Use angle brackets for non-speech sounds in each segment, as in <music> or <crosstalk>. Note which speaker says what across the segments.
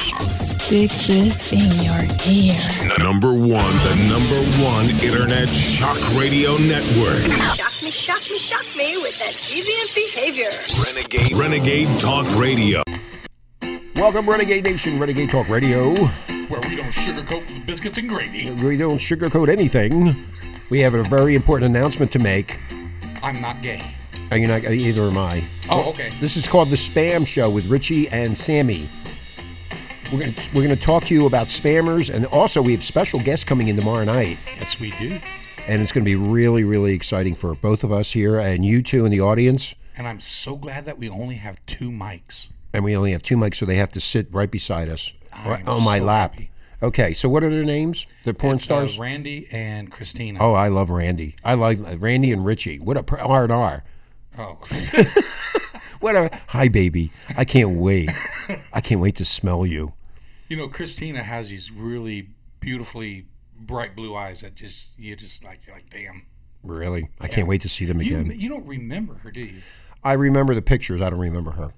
Speaker 1: Stick this in your ear.
Speaker 2: Number one, the number one internet shock radio network.
Speaker 3: Shock me, shock me, shock me with that deviant behavior.
Speaker 2: Renegade, Renegade Talk Radio.
Speaker 4: Welcome, Renegade Nation, Renegade Talk Radio.
Speaker 5: where we don't sugarcoat the biscuits and gravy.
Speaker 4: We don't sugarcoat anything. We have a very important announcement to make.
Speaker 5: I'm not gay.
Speaker 4: Are you not? uh, Either am I.
Speaker 5: Oh, okay.
Speaker 4: This is called the Spam Show with Richie and Sammy. We're going to we're going to talk to you about spammers, and also we have special guests coming in tomorrow night,
Speaker 5: Yes, we do.
Speaker 4: and it's going to be really, really exciting for both of us here and you two in the audience.
Speaker 5: And I'm so glad that we only have two mics.
Speaker 4: And we only have two mics, so they have to sit right beside us or
Speaker 5: I'm
Speaker 4: on my
Speaker 5: so
Speaker 4: lap.
Speaker 5: happy.
Speaker 4: Okay, so what are their names? The porn
Speaker 5: It's, uh,
Speaker 4: stars.
Speaker 5: Randy and Christina.
Speaker 4: Oh, I love Randy. I like Randy and Richie. What a R and R.
Speaker 5: Oh. <laughs>
Speaker 4: What a hi, baby. I can't wait. I can't wait to smell you.
Speaker 5: you know, Christina has these really beautifully bright blue eyes that just you're just like you're like damn.
Speaker 4: Really, I can't wait to see them
Speaker 5: You
Speaker 4: again.
Speaker 5: you don't remember her, do you?
Speaker 4: I remember the pictures. I don't remember her.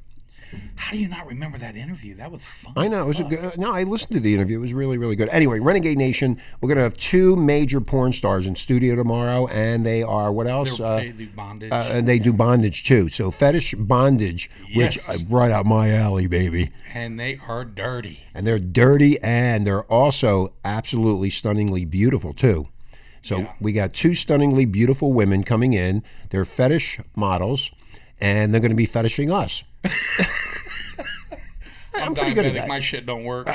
Speaker 5: How do you not remember that interview? That was fun.
Speaker 4: I know it was a good. No, I listened to the interview. It was really, really good. Anyway, Renegade Nation. We're gonna have two major porn stars in studio tomorrow, and they are what else?
Speaker 5: They,
Speaker 4: Uh,
Speaker 5: they do bondage.
Speaker 4: uh, and they do bondage too. So fetish bondage,
Speaker 5: Yes.
Speaker 4: which uh, right out my alley, baby.
Speaker 5: and they are dirty.
Speaker 4: and they're dirty and they're also absolutely stunningly beautiful too. So we got two stunningly beautiful women coming in. They're fetish models and they're going to be fetishing us.
Speaker 5: I'm,
Speaker 4: pretty good at that.
Speaker 5: My shit
Speaker 4: <laughs>
Speaker 5: don't work.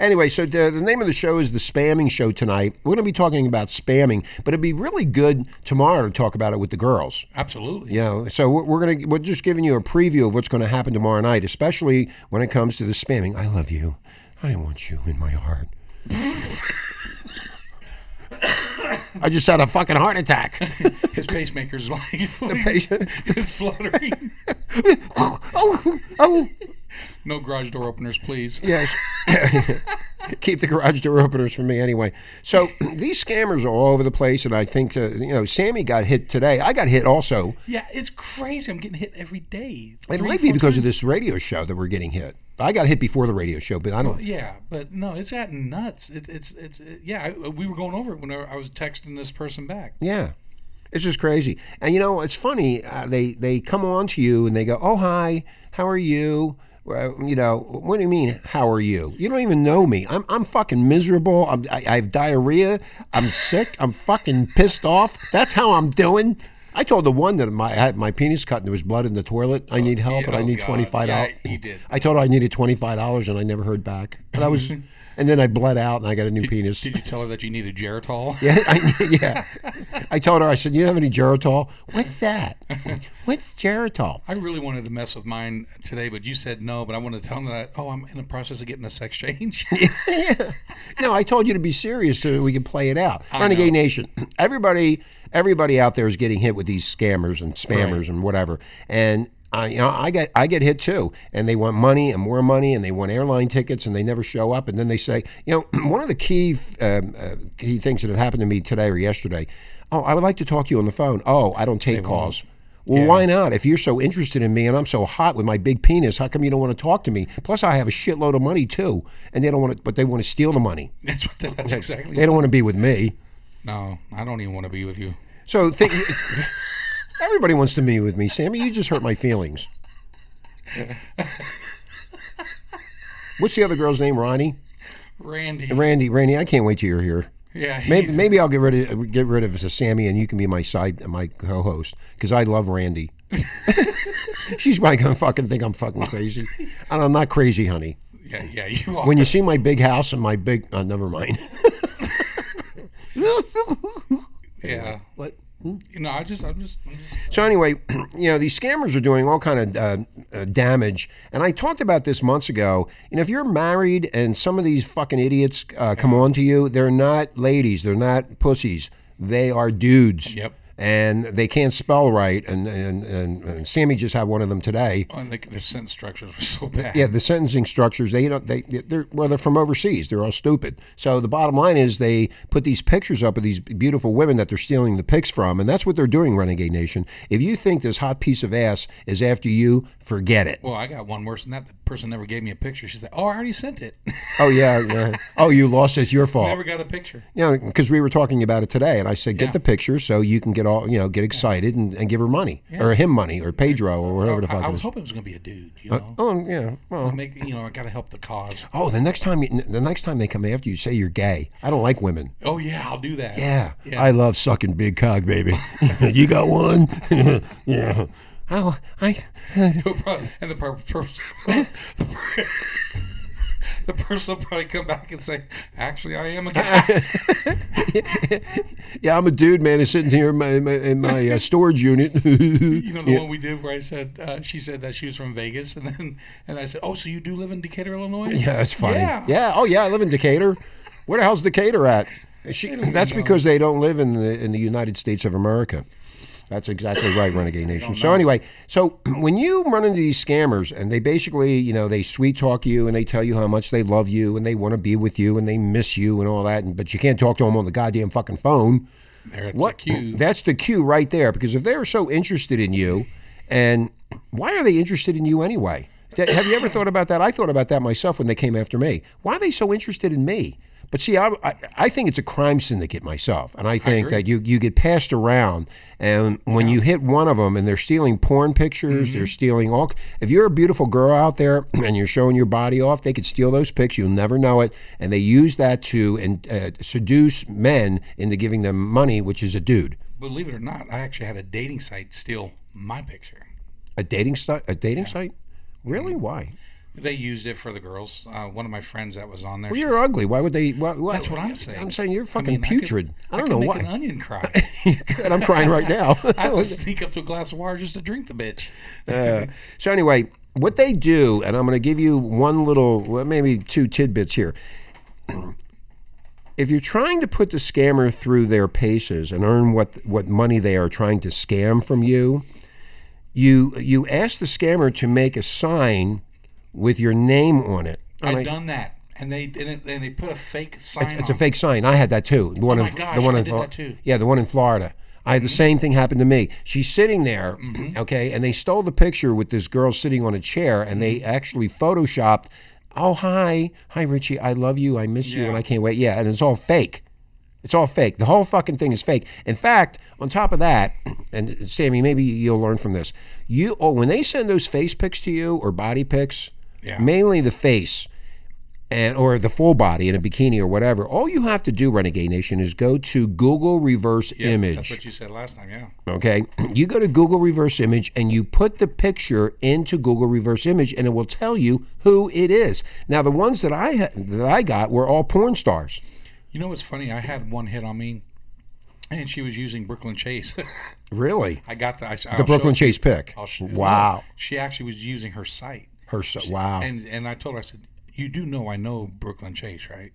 Speaker 4: Anyway, so the, the name of the show is The Spamming Show tonight. We're going to be talking about spamming, but it'd be really good tomorrow to talk about it with the girls.
Speaker 5: Absolutely.
Speaker 4: You know, so we're, we're going to, we're just giving you a preview of what's going to happen tomorrow night, especially when it comes to the spamming. I love you. I want you in my heart. I just had a fucking heart attack. <laughs>
Speaker 5: His pacemaker's <laughs> like
Speaker 4: patient-
Speaker 5: is fluttering.
Speaker 4: oh, oh, oh.
Speaker 5: No garage door openers, please.
Speaker 4: Yes. <coughs> Keep the garage door openers for me anyway. So <clears throat> these scammers are all over the place, and I think, uh, you know, Sammy got hit today. I got hit also.
Speaker 5: Yeah, it's crazy. I'm getting hit every day.
Speaker 4: It
Speaker 5: Three,
Speaker 4: might be
Speaker 5: four
Speaker 4: because of
Speaker 5: times.
Speaker 4: this radio show that we're getting hit. I got hit before the radio show, but I don't.
Speaker 5: Yeah, but no, it's gotten nuts. It, it's it's it- yeah. I, uh, we were going over it when I was texting this person back.
Speaker 4: Yeah. It's just crazy. And you know, it's funny. Uh, they they come on to you and they go, "Oh hi, how are you?" Well, you know, what do you mean? How are you? You don't even know me. I'm I'm fucking miserable. I'm, I, I have diarrhea. I'm sick. I'm fucking pissed off. That's how I'm doing. I told the one that my I had my penis cut and there was blood in the toilet. I need help,
Speaker 5: yeah,
Speaker 4: and I
Speaker 5: oh,
Speaker 4: need
Speaker 5: God.
Speaker 4: twenty five dollars.
Speaker 5: Yeah, he did.
Speaker 4: I told her I needed twenty five dollars, and I never heard back. And I
Speaker 5: <laughs>
Speaker 4: was, and then I bled out, and I got a new penis.
Speaker 5: Did you tell her that you needed Geritol?
Speaker 4: Yeah, I, yeah. I told her, I said, you have any Geritol? What's that? What's Geritol?
Speaker 5: <laughs> I really wanted to mess with mine today, but you said no. But I wanted to tell them that I, oh, I'm in the process of getting a
Speaker 4: <laughs>
Speaker 5: sex change.
Speaker 4: No, I told you to be serious so that we could play it out.
Speaker 5: know.
Speaker 4: Renegade Nation, everybody, everybody out there is getting hit with these scammers and spammers and whatever. And I, you know, I get, I get hit too. And they want money and more money, and they want airline tickets, and they never show up. And then they say, you know, <clears throat> one of the key, um, uh, key things that have happened to me today or yesterday. Oh, I would like to talk to you on the phone. Oh, I don't take calls. Well, why not? If you're so interested in me and I'm so hot with my big penis, how come you don't want to talk to me? Plus, I have a shitload of money too, and they don't want to, but they want to steal the money.
Speaker 5: that's what. That's exactly.
Speaker 4: They don't want to be with me.
Speaker 5: No, I don't even want to be with you.
Speaker 4: So think, <laughs> everybody wants to be with me, Sammy. You just hurt my feelings. What's the other girl's name? Ronnie,
Speaker 5: Randy.
Speaker 4: Randy, Randy. I can't wait till you're here.
Speaker 5: yeah. he-
Speaker 4: Maybe maybe I'll get rid of get rid of Sammy, and you can be my side my co-host because I love Randy. She's probably gonna fucking think I'm fucking crazy, and I'm not crazy, honey.
Speaker 5: Yeah. Yeah. You are.
Speaker 4: When you see my big house and my big, uh, never mind.
Speaker 5: yeah.
Speaker 4: What?
Speaker 5: You know, I just, I'm just, I'm just
Speaker 4: So anyway, <clears throat> you know these scammers are doing all kind of uh, uh, damage, and I talked about this months ago. You know, if you're married and some of these fucking idiots uh, come on to you, they're not ladies, they're not pussies, they are dudes.
Speaker 5: Yep.
Speaker 4: and they can't spell right. And, and, and, and Sammy just had one of them today.
Speaker 5: Oh, and the, the sentence structures were so bad.
Speaker 4: Yeah, the sentencing structures they don't they they're well they're from overseas. They're all stupid. So the bottom line is they put these pictures up of these beautiful women that they're stealing the pics from, and that's what they're doing, Renegade Nation. If you think this hot piece of ass is after you, forget it.
Speaker 5: Well, I got one worse than that. The person never gave me a picture. She said, "Oh, I already sent it. <laughs>
Speaker 4: Oh yeah, yeah. oh you lost. It's your fault.
Speaker 5: never got a picture."
Speaker 4: you know, because we were talking about it today, and I said, get
Speaker 5: Yeah.
Speaker 4: the picture so you can get all, you know, get excited and, and give her money or him money or Pedro or whatever the
Speaker 5: Oh, I,
Speaker 4: fuck
Speaker 5: I
Speaker 4: it
Speaker 5: was
Speaker 4: is.
Speaker 5: hoping it was going to be a dude. You know,
Speaker 4: Oh yeah, well,
Speaker 5: make you know, I got to help the cause.
Speaker 4: oh, the next time, you, the next time they come after you, say you're gay. I don't like women.
Speaker 5: Oh yeah, I'll do that. <laughs>
Speaker 4: Yeah, I love sucking big cock, baby. <laughs> you got one? <laughs> yeah. Oh, I.
Speaker 5: He'll probably, and the per- person, <laughs> the, per- <laughs> the person will probably come back and say, "Actually, I am a
Speaker 4: <laughs>
Speaker 5: guy."
Speaker 4: Yeah, I'm a dude, man. Is sitting here in my, my, in my uh, storage unit. <laughs>
Speaker 5: You know the one we did where I said uh, she said that she was from Vegas, and then and I said, "Oh, so you do live in Decatur, Illinois?"
Speaker 4: Yeah, that's funny.
Speaker 5: Yeah.
Speaker 4: Yeah. Oh yeah, I live in Decator. Where the hell's Decatur at? She,
Speaker 5: don't
Speaker 4: that's
Speaker 5: even know.
Speaker 4: because they don't live in the in the United States of America. That's exactly right,
Speaker 5: <laughs>
Speaker 4: Renegade Nation. So anyway, so <clears throat> when you run into these scammers and they basically, you know, they sweet talk you and they tell you how much they love you and they want to be with you and they miss you and all that, and, but you can't talk to them on the goddamn fucking phone.
Speaker 5: there it's
Speaker 4: What?
Speaker 5: a cue.
Speaker 4: That's the cue right there. Because if they're so interested in you, and why are they interested in you anyway? That- have you ever thought about that? I thought about that myself when they came after me. Why are they so interested in me? But see, I, I, I think it's a crime syndicate myself, and I think that you, you get passed around, and when you hit one of them, and they're stealing porn pictures, they're stealing all. If you're a beautiful girl out there <clears throat> and you're showing your body off, they could steal those pics. You'll never know it, and they use that to and uh, seduce men into giving them money, which is a dude,
Speaker 5: Believe it or not, I actually had a dating site steal my picture.
Speaker 4: a dating site, a dating site. Really? Why?
Speaker 5: They used it for the girls. Uh, one of my friends that was on there.
Speaker 4: Well,
Speaker 5: she
Speaker 4: you're ugly. Why would they? Why, why,
Speaker 5: That's what I'm saying.
Speaker 4: I'm saying you're
Speaker 5: I
Speaker 4: fucking
Speaker 5: mean, I could-
Speaker 4: putrid. I,
Speaker 5: could
Speaker 4: don't know
Speaker 5: make
Speaker 4: why. <laughs>
Speaker 5: An onion cry.
Speaker 4: and I'm crying right now.
Speaker 5: <laughs> I have to sneak up to a glass of water just to drink the bitch.
Speaker 4: So anyway, what they do, and I'm going to give you one little, well, maybe two tidbits here. <clears throat> If you're trying to put the scammer through their paces and earn what what money they are trying to scam from you, you you ask the scammer to make a sign with your name on it.
Speaker 5: I've
Speaker 4: And I-
Speaker 5: done that, and they and, it, and they put a fake sign.
Speaker 4: It's
Speaker 5: on
Speaker 4: a fake sign. I had that too. The one
Speaker 5: Oh
Speaker 4: in,
Speaker 5: my gosh,
Speaker 4: the one
Speaker 5: I
Speaker 4: in
Speaker 5: did
Speaker 4: Flo-
Speaker 5: that too. Mm-hmm.
Speaker 4: Yeah, the one in Florida. I had the same thing happen to me. She's sitting there, okay, and they stole the picture with this girl sitting on a chair, and they
Speaker 5: Mm-hmm.
Speaker 4: actually photoshopped. Oh hi, hi Richie, I love you, I miss you, and I can't wait. Yeah, and it's all fake. It's all fake. The whole fucking thing is fake. In fact, on top of that, <clears throat> and Sammy, maybe you'll learn from this. You, oh, when they send those face pics to you or body pics,
Speaker 5: Yeah.
Speaker 4: mainly the face, and or the full body in a bikini or whatever. All you have to do, Renegade Nation, is go to Google Reverse
Speaker 5: Yeah,
Speaker 4: Image.
Speaker 5: That's what you said last time. Yeah.
Speaker 4: Okay, <clears throat> you go to Google Reverse Image and you put the picture into Google Reverse Image, and it will tell you who it is. Now, the ones that I ha- that I got were all porn stars.
Speaker 5: You know what's funny? I had one hit on me, and she was using Brooklyn Chase. <laughs>
Speaker 4: Really,
Speaker 5: I got the. I, the
Speaker 4: the Brooklyn Chase pick. wow,
Speaker 5: She actually was using her site,
Speaker 4: her so- wow.
Speaker 5: and and I told her I said, "You do know I know Brooklyn Chase, right?"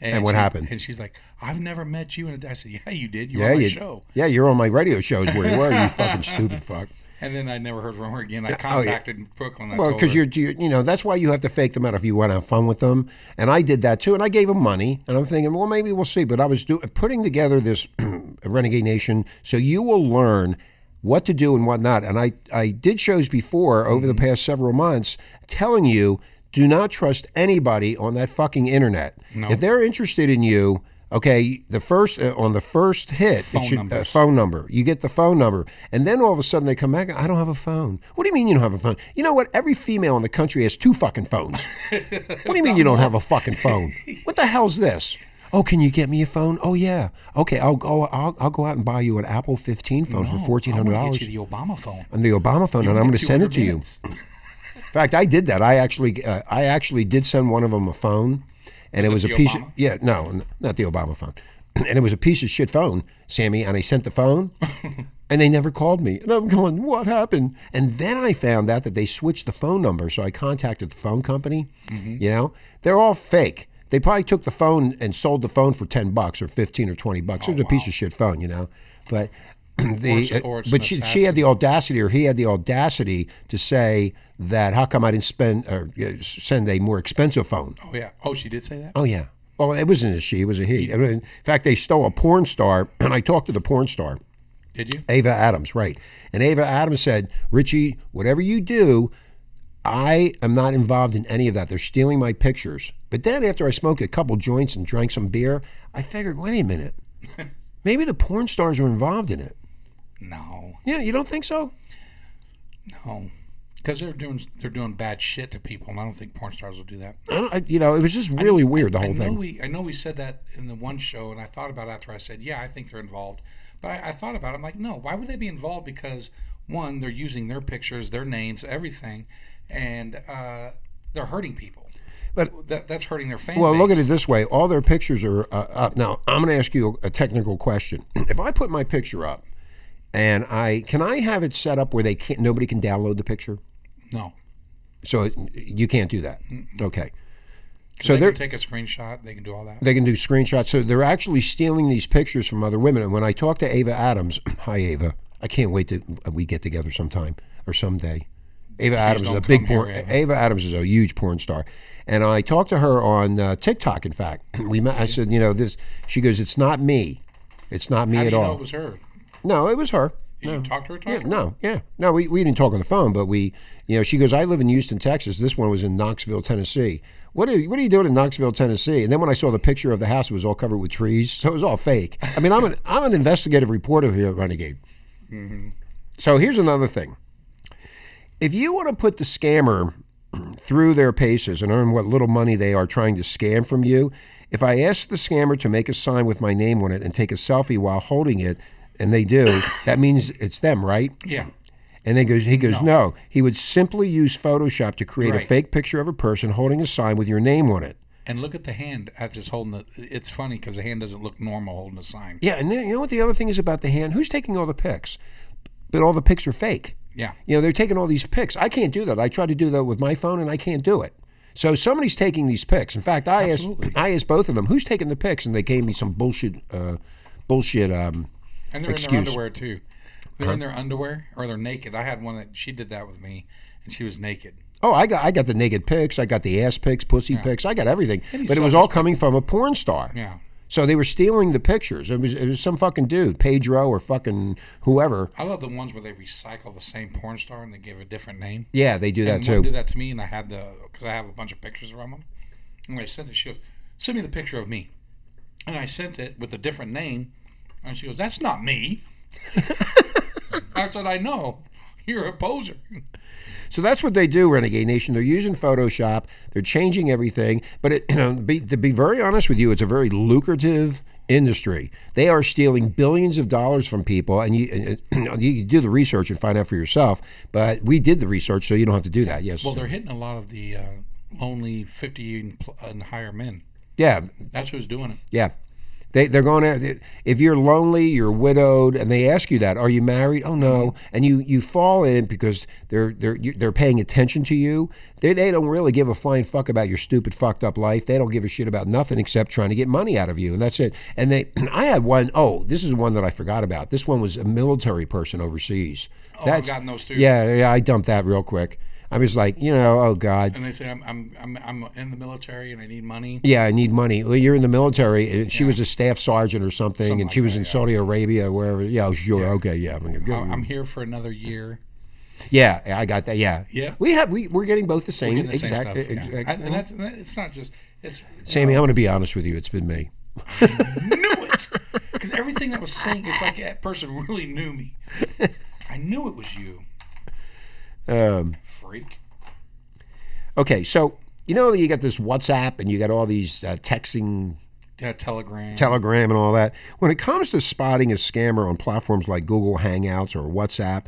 Speaker 4: And what
Speaker 5: she-
Speaker 4: happened?
Speaker 5: And she's like, "I've never met you." And I said, "Yeah, you did. You were
Speaker 4: yeah,
Speaker 5: on my
Speaker 4: you,
Speaker 5: show."
Speaker 4: yeah, you're on my radio shows where you were.
Speaker 5: <laughs>
Speaker 4: You fucking stupid fuck.
Speaker 5: And then I never heard from her again. I contacted Brooklyn. I
Speaker 4: oh, Well,
Speaker 5: told
Speaker 4: because
Speaker 5: her,
Speaker 4: you're, you you know, that's why you have to fake them out if you want to have fun with them. And I did that too. And I gave them money. And I'm thinking, well, maybe we'll see. But I was do, putting together this <clears throat> Renegade Nation, so you will learn what to do and what not. And I, I did shows before over
Speaker 5: Mm-hmm.
Speaker 4: the past several months telling you do not trust anybody on that fucking internet. If they're interested in you, okay, the first uh, on the first hit,
Speaker 5: Phone
Speaker 4: it should,
Speaker 5: numbers.
Speaker 4: Uh, phone number. You get the phone number, and then all of a sudden they come back. I don't have a phone. What do you mean you don't have a phone? You know what? Every female in the country has two fucking phones.
Speaker 5: <laughs>
Speaker 4: what do you mean you don't have a fucking phone? What the hell's this? Oh, can you get me a phone? Oh yeah. Okay, I'll go. I'll, I'll go out and buy you an Apple 15 phone for
Speaker 5: "No,
Speaker 4: fourteen hundred
Speaker 5: I wanna
Speaker 4: dollars
Speaker 5: get you the Obama phone.
Speaker 4: on the Obama phone, and I'm going to send it to you.
Speaker 5: 200 minutes.
Speaker 4: In fact, I did that. I actually, uh, I actually did send one of them a phone, and it was
Speaker 5: the
Speaker 4: a piece.
Speaker 5: Obama?
Speaker 4: Of, yeah, no, n- not the Obama phone, <clears throat> and it was a piece of shit phone, Sammy. And I sent the phone, and they never called me. And I'm going, what happened? And then I found out that they switched the phone number, so I contacted the phone company.
Speaker 5: Mm-hmm.
Speaker 4: You know, they're all fake. They probably took the phone and sold the phone for ten bucks or fifteen or twenty bucks. it was a piece of shit phone, you know, but. <clears throat>
Speaker 5: it's-
Speaker 4: the,
Speaker 5: Oh, or it's
Speaker 4: but
Speaker 5: an
Speaker 4: she, she had the audacity, or he had the audacity to say that how come I didn't spend or uh, send a more expensive phone?
Speaker 5: Oh yeah. Oh, she did say that.
Speaker 4: Oh yeah. Well, it wasn't a she; it was a he. I mean, In fact, they stole a porn star, <clears throat> and I talked to the porn star.
Speaker 5: Did you?
Speaker 4: Ava Adams, right. And Ava Adams said, Richie, whatever you do, I am not involved in any of that. They're stealing my pictures. But then after I smoked a couple joints and drank some beer, I figured, wait a
Speaker 5: <laughs>
Speaker 4: minute. Maybe the porn stars are involved in it.
Speaker 5: No,
Speaker 4: Yeah, you don't think so?
Speaker 5: no. Because they're doing they're doing bad shit to people, and I don't think porn stars will do that.
Speaker 4: I don't, I, you know, it was just really weird, the
Speaker 5: I
Speaker 4: whole
Speaker 5: know
Speaker 4: thing.
Speaker 5: we I know we said that in the one show, and I thought about it after I said, yeah, I think they're involved. But I, I thought about it. I'm like, no, why would they be involved? Because one, they're using their pictures, their names, everything, and uh, they're hurting people.
Speaker 4: But-
Speaker 5: that, that's hurting their family.
Speaker 4: well, look at it this way. All their pictures are uh, up. Now, I'm going to ask you a technical question. <clears throat> if I put my picture up, and I can I have it set up where they can't nobody can download the picture?
Speaker 5: No,
Speaker 4: So it- you can't do that. Okay.
Speaker 5: so
Speaker 4: So
Speaker 5: they
Speaker 4: they're
Speaker 5: can take a screenshot. They can do all that.
Speaker 4: they can do screenshots. So they're actually stealing these pictures from other women. And when I talked to Ava Adams, <clears throat> hi Ava, I can't wait to uh, we get together sometime or someday. Ava Adams is
Speaker 5: don't
Speaker 4: a big
Speaker 5: come here,
Speaker 4: porn.
Speaker 5: Ava.
Speaker 4: Ava. Adams is a huge porn star, and I talked to her on uh, TikTok. In fact, <clears throat> we met. I said, you know, this. She goes, it's not me. It's not me
Speaker 5: How do
Speaker 4: at
Speaker 5: you
Speaker 4: all.
Speaker 5: know it was her?
Speaker 4: no, it was her.
Speaker 5: Did you talk to her? Talk
Speaker 4: Yeah,
Speaker 5: to her?
Speaker 4: no, yeah, no. We, we didn't talk on the phone, but we, you know, she goes, I live in Houston, Texas. This one was in Knoxville, Tennessee. What are what are you doing in Knoxville, Tennessee? And then when I saw the picture of the house, it was all covered with trees, so it was all fake. I mean, I'm an I'm an investigative reporter here at Renegade. So here's another thing: if you want to put the scammer through their paces and earn what little money they are trying to scam from you, if I ask the scammer to make a sign with my name on it and take a selfie while holding it. And they do. That means it's them, right?
Speaker 5: Yeah.
Speaker 4: And then goes, he goes, no. He would simply use Photoshop to create a
Speaker 5: Right.
Speaker 4: fake picture of a person holding a sign with your name on it.
Speaker 5: And look at the hand as it's holding the. It's funny because the hand doesn't look normal holding a sign.
Speaker 4: Yeah, and then you know what the other thing is about the hand? Who's taking all the pics? But all the pics are fake.
Speaker 5: Yeah.
Speaker 4: You know, they're taking all these pics. I can't do that. I tried to do that with my phone and I can't do it. So somebody's taking these pics. In fact, I
Speaker 5: Absolutely.
Speaker 4: asked I asked both of them, who's taking the pics? And they gave me some bullshit uh, bullshit um,
Speaker 5: And they're in
Speaker 4: Excuse.
Speaker 5: their underwear too. They're in their underwear or they're naked. I had one that she did that with me, and she was naked.
Speaker 4: Oh, I got I got the naked pics, I got the ass pics, pussy pics, I got everything. But it was all coming from a porn star.
Speaker 5: Yeah.
Speaker 4: So they were stealing the pictures. It was it was some fucking dude, Pedro or fucking whoever.
Speaker 5: I love the ones where they recycle the same porn star and they give a different name.
Speaker 4: Yeah, they do that
Speaker 5: and one
Speaker 4: too.
Speaker 5: did that to me, and I had the because I have a bunch of pictures from them. And when I sent it, she goes, "Send me the picture of me," and I sent it with a different name, and she goes, "That's not me." <laughs> I said, "I know, you're a poser."
Speaker 4: So that's what they do, Renegade Nation. They're using Photoshop. They're changing everything. But it, you know, be, to be very honest with you, it's a very lucrative industry. They are stealing billions of dollars from people, and you and you can do the research and find out for yourself. But we did the research, so you don't have to do that. Yes.
Speaker 5: Well, they're hitting a lot of the uh, lonely fifty and, pl- and higher men.
Speaker 4: yeah,
Speaker 5: That's who's doing it.
Speaker 4: yeah. They, they're going to if you're lonely you're widowed and they ask you that are you married oh no and you you fall in because they're they're you- they're paying attention to you they, they don't really give a flying fuck about your stupid fucked up life they don't give a shit about nothing except trying to get money out of you and that's it and they <clears throat> i had one oh this is one that i forgot about this one was a military person overseas oh,
Speaker 5: I've gotten those too.
Speaker 4: yeah yeah i dumped that real quick i was like you know oh god
Speaker 5: And they say, "I'm I'm I'm, I'm in the military and I need money."
Speaker 4: yeah, I need money. Well, you're in the military. and She was a staff sergeant or something, and she was in Saudi Arabia, wherever. Yeah, sure, okay, yeah, I'm gonna go.
Speaker 5: I- I'm here for another year.
Speaker 4: yeah, I got that. Yeah,
Speaker 5: Yeah.
Speaker 4: We have we we're getting both the same
Speaker 5: Getting the same
Speaker 4: exact. e,
Speaker 5: stuff, yeah.
Speaker 4: exact-
Speaker 5: I- and that's and that- it's not just it's
Speaker 4: <laughs> Sammy, I'm gonna be honest with you. It's been me.
Speaker 5: knew it because everything I was saying is like that person really
Speaker 4: <laughs>
Speaker 5: knew me. I knew it was you,
Speaker 4: Um,
Speaker 5: freak.
Speaker 4: okay, so you know you got this WhatsApp and you got all these uh, texting
Speaker 5: Yeah, Telegram.
Speaker 4: Telegram and all that. When it comes to spotting a scammer on platforms like Google Hangouts or WhatsApp,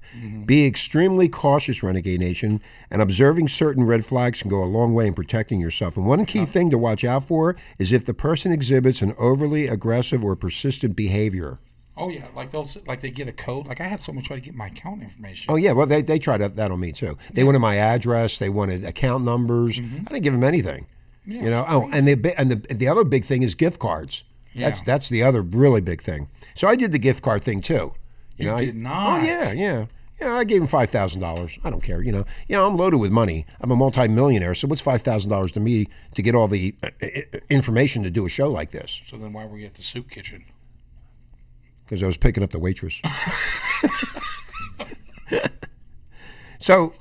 Speaker 4: be extremely cautious, Renegade Nation, and observing certain red flags can go a long way in protecting yourself. And one key thing to watch out for is if the person exhibits an overly aggressive or persistent behavior.
Speaker 5: oh yeah, like they'll s- like they get a code. Like I had someone try to get my account information.
Speaker 4: Oh, yeah, well, they, they tried that, that on me too. They wanted my address, they wanted account numbers.
Speaker 5: Mm-hmm.
Speaker 4: I didn't give them anything. you know, oh, and the bi- and the the other big thing is gift cards. That's
Speaker 5: Yeah.
Speaker 4: that's the other really big thing. So I did the gift card thing too. You know, I-
Speaker 5: did not.
Speaker 4: Oh yeah, yeah, yeah. I gave him five thousand dollars. I don't care. You know, yeah, I'm loaded with money. I'm a multimillionaire. So what's five thousand dollars to me to get all the uh, uh, information to do a show like this?
Speaker 5: So then why were you at the soup kitchen?
Speaker 4: because I was picking up the waitress. <laughs> so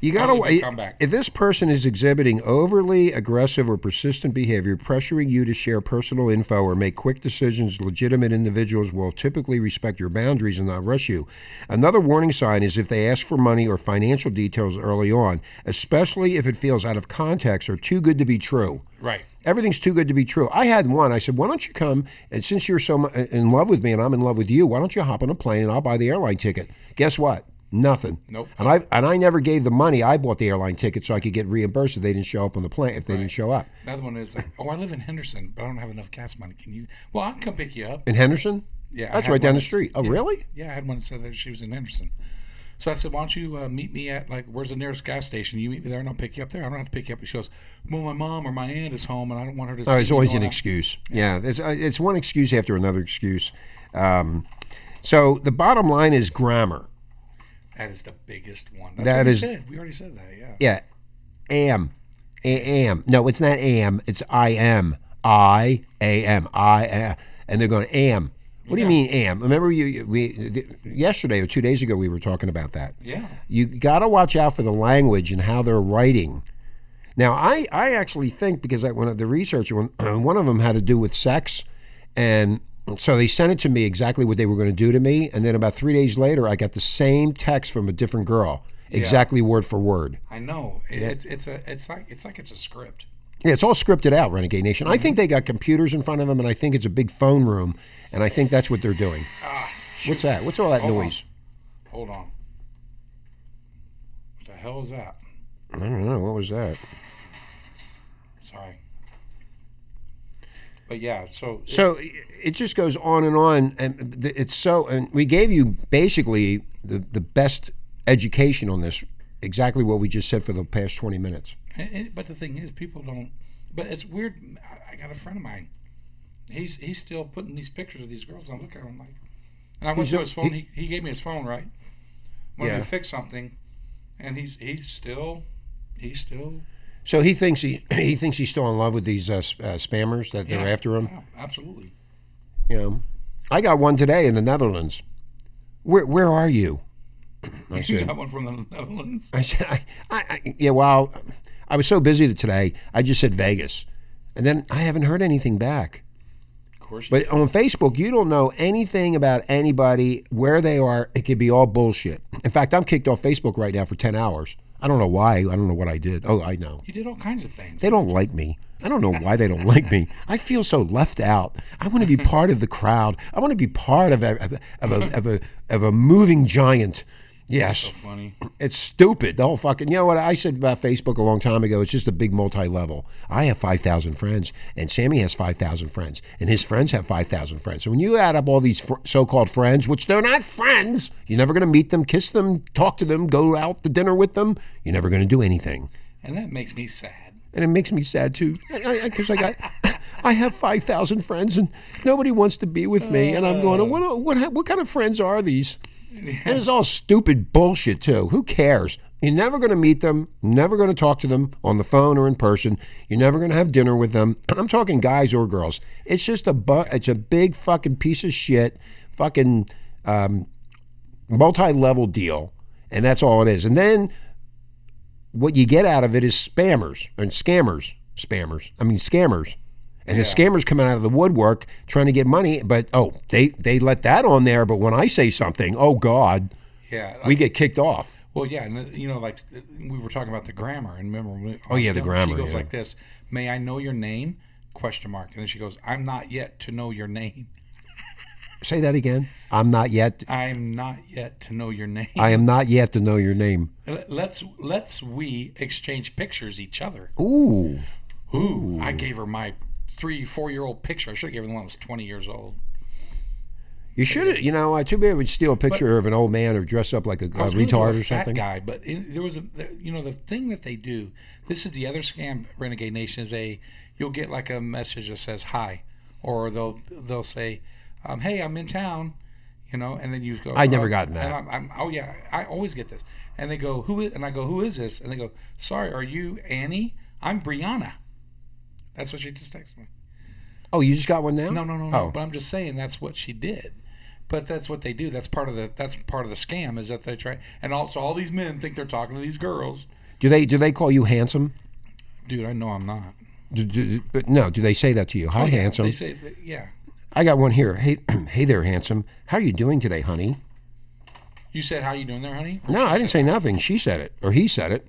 Speaker 4: you got
Speaker 5: How did you come
Speaker 4: to
Speaker 5: back?
Speaker 4: if this person is exhibiting overly aggressive or persistent behavior, pressuring you to share personal info or make quick decisions, legitimate individuals will typically respect your boundaries and not rush you. Another warning sign is if they ask for money or financial details early on, especially if it feels out of context or too good to be true.
Speaker 5: Right.
Speaker 4: Everything's too good to be true. I had one. I said, "Why don't you come? And since you're so mu- uh, in love with me, and I'm in love with you, why don't you hop on a plane and I'll buy the airline ticket?" Guess what? Nothing.
Speaker 5: Nope.
Speaker 4: And I and I never gave the money. I bought the airline ticket so I could get reimbursed if they didn't show up on the plane. If they didn't show up
Speaker 5: Another one is like, oh, I live in Henderson, but I don't have enough gas money. Can you? Well, I can come pick you up.
Speaker 4: in Henderson,
Speaker 5: Yeah, I
Speaker 4: that's
Speaker 5: had
Speaker 4: right down
Speaker 5: one
Speaker 4: the
Speaker 5: that-
Speaker 4: street. Oh,
Speaker 5: yeah.
Speaker 4: really?
Speaker 5: Yeah, I had one that said that she was in Henderson. So I said, why don't you uh, meet me at like where's the nearest gas station? You meet me there, and I'll pick you up there. I don't have to pick you up. And she goes, well, my mom or my aunt is home, and I don't want her to.
Speaker 4: Oh, it's always an
Speaker 5: an
Speaker 4: excuse. Yeah, it's, uh, it's one excuse after another excuse. Um, so the bottom line is grammar.
Speaker 5: That is the biggest one. That's
Speaker 4: That
Speaker 5: what we
Speaker 4: is-
Speaker 5: Said. We already said that. Yeah.
Speaker 4: Yeah. Am. A- am. No, it's not am. It's I am. I am. I am. And they're going am. What do you mean am? Remember you- you we th- yesterday or 2 days ago we were talking about that.
Speaker 5: Yeah.
Speaker 4: You got to watch out for the language and how they're writing. Now, I, I actually think because I, one of the research one, <clears throat> one of them had to do with sex, and so they sent it to me exactly what they were going to do to me, and then about three days later, I got the same text from a different girl, exactly word for word.
Speaker 5: I know. It, It's it's a it's like it's like it's a script.
Speaker 4: Yeah, it's all scripted out, Renegade Nation. I
Speaker 5: Mm-hmm.
Speaker 4: think they got computers in front of them, and I think it's a big phone room, and I think that's what they're doing. What's that? What's all that
Speaker 5: Ah, Hold on.
Speaker 4: noise?
Speaker 5: Hold on. What the hell is that?
Speaker 4: I don't know. What was that?
Speaker 5: Sorry. But yeah, so
Speaker 4: So i- it just goes on and on, and th- it's so. And we gave you basically the the best education on this, exactly what we just said for the past twenty minutes.
Speaker 5: And- and- but the thing is, people don't. But it's weird. I, I got a friend of mine. He's he's still putting these pictures of these girls. and I look at him like, and I went
Speaker 4: He's
Speaker 5: through
Speaker 4: a-
Speaker 5: his phone. He, he gave me his phone, right? Wanted
Speaker 4: Yeah.
Speaker 5: to fix something, and he's he's still he's still
Speaker 4: So he thinks he <clears throat> he thinks he's still in love with these uh, s- uh, spammers that they're
Speaker 5: Yeah,
Speaker 4: after him.
Speaker 5: yeah, absolutely.
Speaker 4: You know, I got one today in the Netherlands. Where where are you? <clears throat> I
Speaker 5: <laughs> You
Speaker 4: said,
Speaker 5: got one from the Netherlands.
Speaker 4: I, said, I, I, I- yeah, well, I was so busy today, I just said Vegas. And then I haven't heard anything back.
Speaker 5: Of course. You,
Speaker 4: But on Facebook, you don't know anything about anybody, where they are. It could be all bullshit. In fact, I'm kicked off Facebook right now for 10 hours. I don't know why. I don't know what I did. Oh, I know.
Speaker 5: you did all kinds of things.
Speaker 4: They don't like me. I don't know why they don't like me. I feel so left out. I want to be part of the crowd. I want to be part of a, of a, of a, of a, of a moving giant. Yes.
Speaker 5: Funny.
Speaker 4: It's stupid. The whole fucking. You know what I said about Facebook a long time ago? It's just a big multi-level. I have five thousand friends, and Sammy has five thousand friends, and his friends have five thousand friends. So when you add up all these fr- so-called friends, which they're not friends, you're never going to meet them, kiss them, talk to them, go out to dinner with them. You're never going to do anything,
Speaker 5: And that makes me sad.
Speaker 4: and it makes me sad too, because I, got. <laughs> I have five thousand friends, and nobody wants to be with me. And I'm going, what, what, ha- what kind of friends are these? And it's all stupid bullshit too. Who cares? You're never going to meet them, never going to talk to them on the phone or in person. You're never going to have dinner with them. <clears throat> And I'm talking guys or girls. It's just a bu- it's a big fucking piece of shit, fucking um, multi-level deal, and that's all it is. And then what you get out of it is spammers and scammers, spammers. I mean scammers. And the scammers coming out of the woodwork trying to get money, but oh, they they let that on there. But when I say something, oh God,
Speaker 5: Yeah.
Speaker 4: we get kicked off.
Speaker 5: Well, yeah, and you know, like uh, we were talking about the grammar, and remember?
Speaker 4: Oh, yeah, the grammar,
Speaker 5: She goes
Speaker 4: yeah.
Speaker 5: like this: "May I know your name?" Question mark, and then she goes, "I'm not yet to know your name. <laughs>
Speaker 4: Say that again. I'm not yet.
Speaker 5: I'm not yet to know your name.
Speaker 4: I am not yet to know your name.
Speaker 5: L- let's let's we exchange pictures each other.
Speaker 4: Ooh,
Speaker 5: Ooh, I gave her my three, four year old picture. I should have given her the one that was twenty years old.
Speaker 4: you should. have You know, uh, too bad would steal a picture of an old man or dress up like a, a
Speaker 5: I was gonna do
Speaker 4: retard
Speaker 5: a
Speaker 4: or
Speaker 5: fat
Speaker 4: something.
Speaker 5: Guy, but in, there was a, the- you know, the thing that they do. This is the other scam, Renegade Nation. Is a you'll get like a message that says hi, or they'll they'll say, um, "Hey, I'm in town," you know, and then you go.
Speaker 4: I'd never
Speaker 5: oh,
Speaker 4: gotten that.
Speaker 5: And I'm, I'm, oh yeah, I always get this. And they go, who is? And I go, who is this? And they go, sorry, are you Annie? I'm Brianna. That's what she just texted me.
Speaker 4: Oh, you just got one now?
Speaker 5: No, no, no, no.
Speaker 4: Oh.
Speaker 5: But I'm just saying that's what she did. But that's what they do. That's part of the that's part of the scam is that they try and also all these men think they're talking to these girls.
Speaker 4: Do they do they call you handsome?
Speaker 5: Dude, I know I'm not.
Speaker 4: Do, do, but no, do they say that to you? Hi, handsome.
Speaker 5: They say, yeah.
Speaker 4: I got one here. Hey, <clears throat> hey there, handsome. How are you doing today, honey?
Speaker 5: You said how you doing there, honey? Or
Speaker 4: No,
Speaker 5: she
Speaker 4: I didn't
Speaker 5: said-
Speaker 4: say nothing. She said it, or he said it.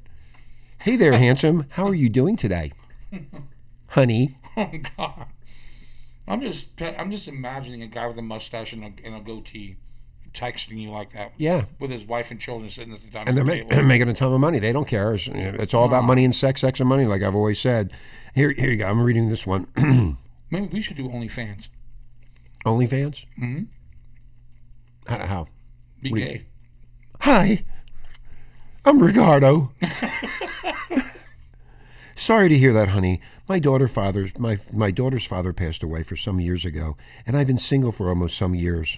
Speaker 4: Hey there, handsome. How are you doing today, honey?
Speaker 5: Oh God. I'm just I'm just imagining a guy with a mustache and a, and a goatee texting you like that.
Speaker 4: Yeah.
Speaker 5: With his wife and children sitting at the dining
Speaker 4: And they're
Speaker 5: room
Speaker 4: ma- <clears throat>
Speaker 5: table.
Speaker 4: making a ton of money. They don't care. It's, it's all about money and sex, sex and money, like I've always said. Here, here you go. I'm reading this one. <clears throat>
Speaker 5: Maybe we should do OnlyFans.
Speaker 4: OnlyFans. Mm-hmm. How, how?
Speaker 5: Be gay.
Speaker 4: Hi, I'm Ricardo. <laughs> Sorry to hear that, honey. My daughter father's my my daughter's father passed away for some years ago, and I've been single for almost some years.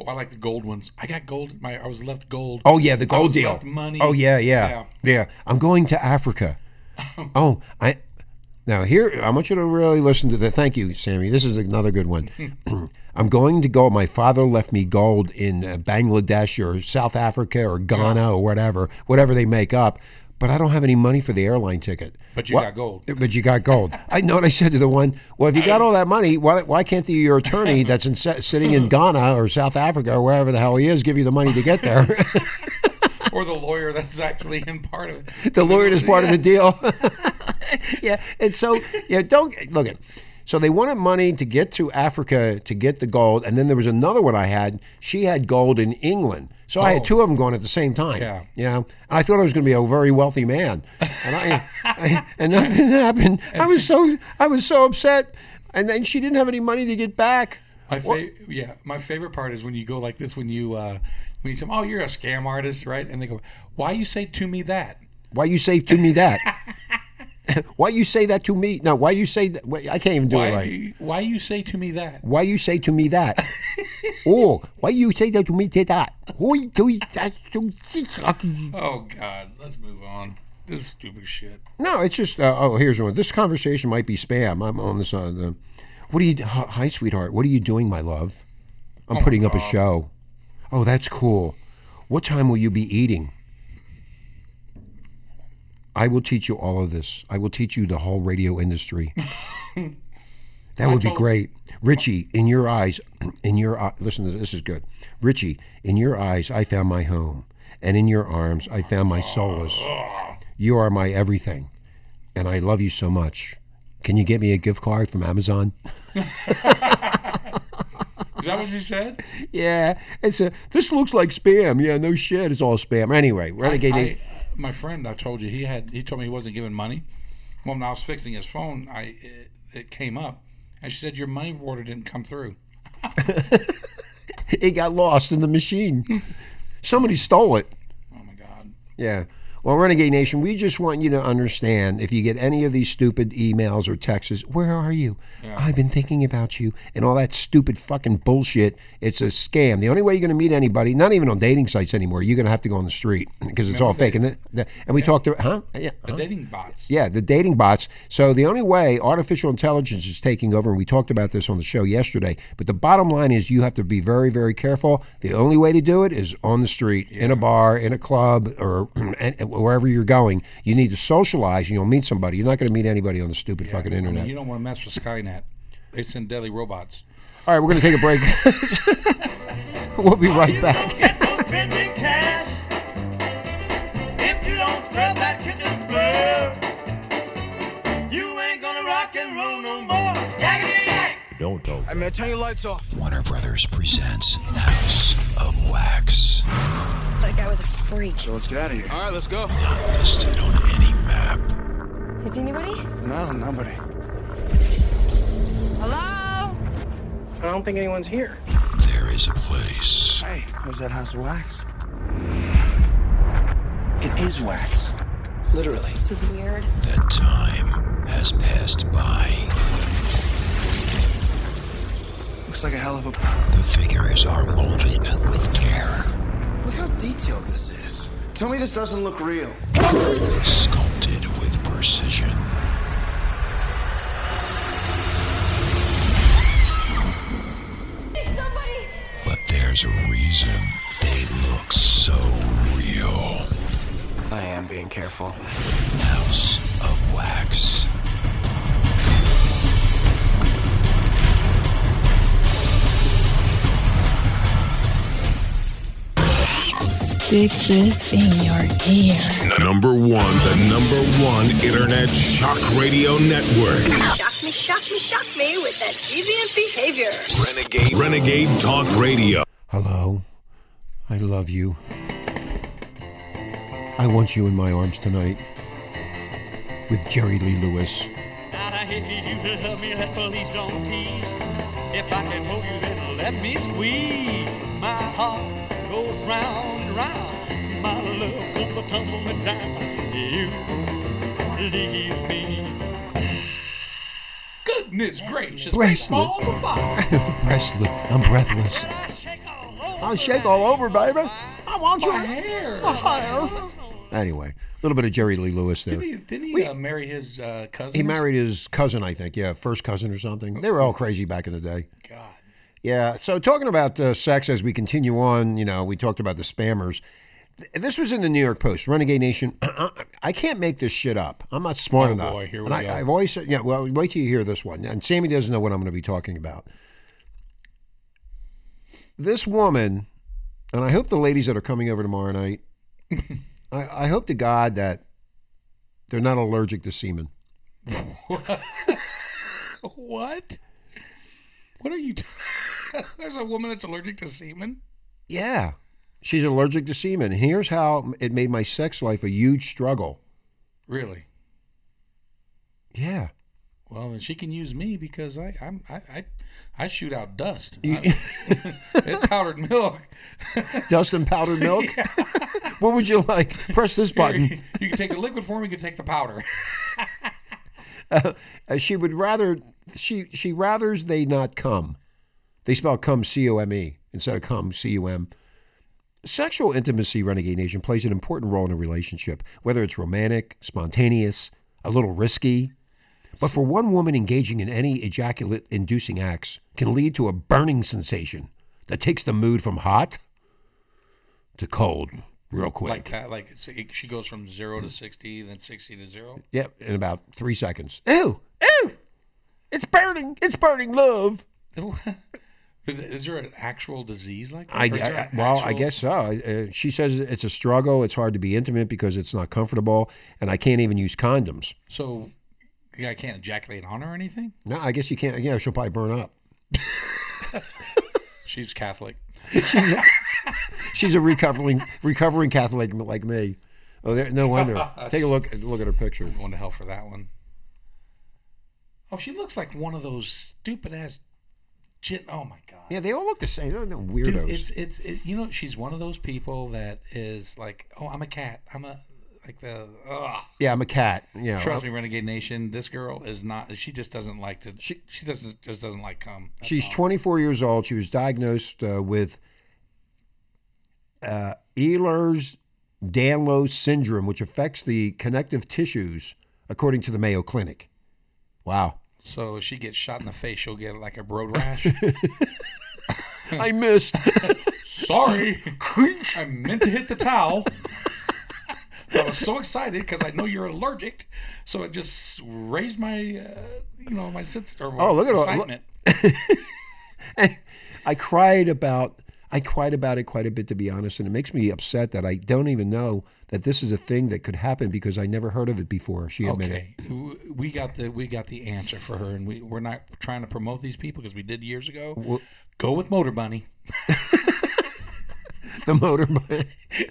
Speaker 5: Oh, I like the gold ones. I got gold. My I was left gold.
Speaker 4: Oh yeah, the gold
Speaker 5: was
Speaker 4: deal.
Speaker 5: left money.
Speaker 4: Oh yeah, yeah, yeah,
Speaker 5: Yeah.
Speaker 4: I'm going to
Speaker 5: <laughs>
Speaker 4: Africa. oh, I now here. I want you to really listen to the. Thank you, Sammy. This is another good
Speaker 5: <laughs>
Speaker 4: one. <clears throat> I'm going to go. My father left me gold in uh, Bangladesh or South Africa or Ghana or whatever, whatever they make up. But I don't have any money for the airline ticket.
Speaker 5: But you got gold.
Speaker 4: <laughs> But you got gold. I know what I said to the one. Well, if you got all that money, why, why can't the, your
Speaker 5: <laughs>
Speaker 4: attorney that's in, sitting in Ghana or South Africa or wherever the hell he is give you the money to get
Speaker 5: <laughs>
Speaker 4: there?
Speaker 5: or the lawyer that's actually in part of it.
Speaker 4: <laughs> the lawyer is part of the deal.
Speaker 5: <laughs>
Speaker 4: <laughs> yeah, and so yeah, don't look at. So they wanted money to get to Africa to get the gold, and then there was another one I had. She had gold in England, so I had
Speaker 5: Oh.
Speaker 4: two of them going at the same time.
Speaker 5: Yeah.
Speaker 4: you know, and I thought I was going to be a very wealthy man, and I,
Speaker 5: <laughs>
Speaker 4: I and nothing happened. I was so I was so upset, and then she didn't have any money to get back.
Speaker 5: My fa- yeah, my favorite part is when you go like this when you uh, when you say, "Oh, you're a scam artist," right? And they go, "Why you say to me that?"
Speaker 4: Why you say to me
Speaker 5: <laughs>
Speaker 4: that? why you say that to me? No, why you say that? wait, I can't even do
Speaker 5: Why
Speaker 4: it right.
Speaker 5: you, why you say to me that?
Speaker 4: why you say to me that? oh, why you say that to me say that? Oi, do it, that's so sick.
Speaker 5: Oh God, let's move on. This is stupid shit.
Speaker 4: No, it's just uh, oh, here's one. This conversation might be spam. I'm on this on the. What are you? Hi, sweetheart. What are you doing, my love? I'm putting up a show. Oh, that's cool. What time will you be eating? I will teach you all of this. I will teach you the whole radio industry. that would be
Speaker 5: told-
Speaker 4: great. Richie, in your eyes, <clears throat> in your eye, listen to this, this is good. Richie, in your eyes I found my home, and in your arms I found my solace. You are my everything, and I love you so much. Can you get me a gift card from Amazon?
Speaker 5: Is that what
Speaker 4: <laughs>
Speaker 5: you said?
Speaker 4: <laughs> Yeah, it's a. This looks like spam. Yeah, no shit. It's all spam. Anyway, renegade.
Speaker 5: I,
Speaker 4: Nation-
Speaker 5: my friend, I told you he had. He told me he wasn't giving money. Well, when I was fixing his phone, I it, it came up, and she said your money order didn't come through.
Speaker 4: it got lost in the machine. <laughs> Somebody stole it.
Speaker 5: Oh my God.
Speaker 4: Yeah. Well, Renegade Nation, we just want you to understand if you get any of these stupid emails or texts, where are you? I've been thinking about you and all that stupid fucking bullshit. It's a scam. The only way you're going to meet anybody, not even on dating sites anymore, you're going to have to go on the street because it's all fake. And, the, the, and we talked to, huh? Yeah, huh?
Speaker 5: Dating bots.
Speaker 4: Yeah, the dating bots. So the only way artificial intelligence is taking over, and we talked about this on the show yesterday, but the bottom line is you have to be very, very careful. The only way to do it is on the street, in a bar, in a club, or <clears throat> and- wherever you're going. You need to socialize and you'll meet somebody. You're not going to meet anybody on the stupid fucking
Speaker 5: I mean,
Speaker 4: internet.
Speaker 5: you don't want to mess with Skynet. They send deadly robots.
Speaker 4: All right, we're going to take a break. <laughs> we'll be right back.
Speaker 6: get no spending cash if you don't scrub that kitchen floor. You ain't gonna rock and roll no more. Yakety yak.
Speaker 7: Warner Brothers presents House of Wax.
Speaker 3: That guy was a freak.
Speaker 7: Not listed on any map.
Speaker 8: Is anybody?
Speaker 9: No, nobody.
Speaker 8: Hello?
Speaker 10: I don't think anyone's here.
Speaker 7: There is a place
Speaker 9: Hey, was that house of wax? It is wax. Literally.
Speaker 8: This is weird.
Speaker 7: that time has passed by.
Speaker 9: Looks looks like a hell of a.
Speaker 7: The figures are molded with care,
Speaker 9: Look how detailed this is. Tell me this doesn't look real.
Speaker 7: sculpted with precision.
Speaker 8: Somebody!
Speaker 7: But there's a reason they look so real.
Speaker 9: I am being careful.
Speaker 7: House of Wax.
Speaker 1: Stick this in your ear.
Speaker 2: Number one, the number one internet shock radio network.
Speaker 3: Shock me, shock me, shock me with that deviant behavior.
Speaker 2: Renegade, Renegade Talk Radio.
Speaker 4: Hello. I love you. I want you in my arms tonight. With Jerry Lee Lewis.
Speaker 6: God, I hate you, you to love me, let's please don't tease. If I can hold you, then let me squeeze. My heart goes round and round. My love comes a tumbling down. You leave me.
Speaker 5: Goodness gracious.
Speaker 4: Bracelet.
Speaker 5: Balls of fire.
Speaker 4: Breathless. I'm breathless.
Speaker 6: And I shake all over.
Speaker 4: I'll shake all over, baby. I want
Speaker 5: My hair.
Speaker 4: Anyway, a little bit of Jerry Lee Lewis there.
Speaker 5: Didn't he, didn't he uh, marry his uh, cousin?
Speaker 4: He married his cousin, I think. Yeah, first cousin or something. They were all crazy back in the day.
Speaker 5: God.
Speaker 4: Yeah. So talking about uh, sex as we continue on, you know, we talked about the spammers. Th- This was in the New York Post, Renegade Nation. <clears throat> I can't make this shit up. I'm not smart
Speaker 5: Oh,
Speaker 4: enough.
Speaker 5: boy, here we
Speaker 4: and I,
Speaker 5: go.
Speaker 4: I've always said, yeah. Well, wait till you hear this one. And Sammy doesn't know what I'm going to be talking about. This woman, and I hope the ladies that are coming over tomorrow
Speaker 5: <laughs>
Speaker 4: night, I, I hope to God that they're not allergic to semen.
Speaker 5: <laughs> What? What are you? T- <laughs> There's a woman that's allergic to semen.
Speaker 4: Yeah. She's allergic to semen. And here's how it made my sex life a huge struggle.
Speaker 5: Really?
Speaker 4: Yeah.
Speaker 5: Well, then she can use me because I I'm, I, I I shoot out dust.
Speaker 4: You-
Speaker 5: I- <laughs> it's powdered milk.
Speaker 4: Dust and powdered milk? <laughs> what would you like? Press this button.
Speaker 5: You can take the liquid form. You can take the powder. <laughs>
Speaker 4: Uh, she would rather, she, she rathers they not come. They spell come C O M E instead of come C U M. Sexual intimacy, Renegade Nation, plays an important role in a relationship, whether it's romantic, spontaneous, a little risky. But for one woman, engaging in any ejaculate inducing acts can lead to a burning sensation that takes the mood from hot to cold real quick.
Speaker 5: Like that. Like it's, it, she goes from zero to sixty, then sixty to zero.
Speaker 4: Yep, in about three seconds. Ew, ew! It's burning! It's burning love!
Speaker 5: Is there an actual disease like that?
Speaker 4: I,
Speaker 5: Or is there
Speaker 4: I-
Speaker 5: an
Speaker 4: well, I
Speaker 5: actual-
Speaker 4: guess so. Uh, she says it's a struggle. It's hard to be intimate because it's not comfortable, and I can't even use condoms.
Speaker 5: so. Yeah, I can't ejaculate on her or anything.
Speaker 4: No, I guess you can't. Yeah, she'll probably burn up.
Speaker 5: She's Catholic.
Speaker 4: She's a recovering <laughs> recovering Catholic like me. Oh, there, no
Speaker 5: <laughs>
Speaker 4: wonder. Take a look look at her picture.
Speaker 5: Going to hell for that one. Oh, she looks like one of those stupid ass. Jit- oh my god.
Speaker 4: Yeah, they all look the same. They're
Speaker 5: Dude,
Speaker 4: weirdos.
Speaker 5: it's it's it, you know she's one of those people that is like, oh, I'm a cat. I'm a like the. Ugh.
Speaker 4: yeah, I'm a cat. Yeah,
Speaker 5: Trust me, Renegade Nation. This girl is not. She just doesn't like to. She she doesn't just doesn't like cum. That's
Speaker 4: She's
Speaker 5: all.
Speaker 4: 24 years old. She was diagnosed uh, with uh, Ehlers Danlos syndrome, which affects the connective tissues, according to the Mayo Clinic. Wow.
Speaker 5: So if she gets shot in the face, she'll get like a road
Speaker 4: <laughs>
Speaker 5: rash.
Speaker 4: I missed.
Speaker 5: Sorry, I meant to hit the towel. I was so excited because I know you're allergic, so it just raised my, uh, you know, my sense or my
Speaker 4: Oh, look at all-
Speaker 5: excitement.
Speaker 4: I cried about. I cried about it quite a bit, to be honest, and it makes me upset that I don't even know that this is a thing that could happen because I never heard of it before. She admitted.
Speaker 5: Okay, w- we got the we got the answer for her, and we we're not trying to promote these people because we did years ago. Go with Motor Bunny.
Speaker 4: The motor bunny.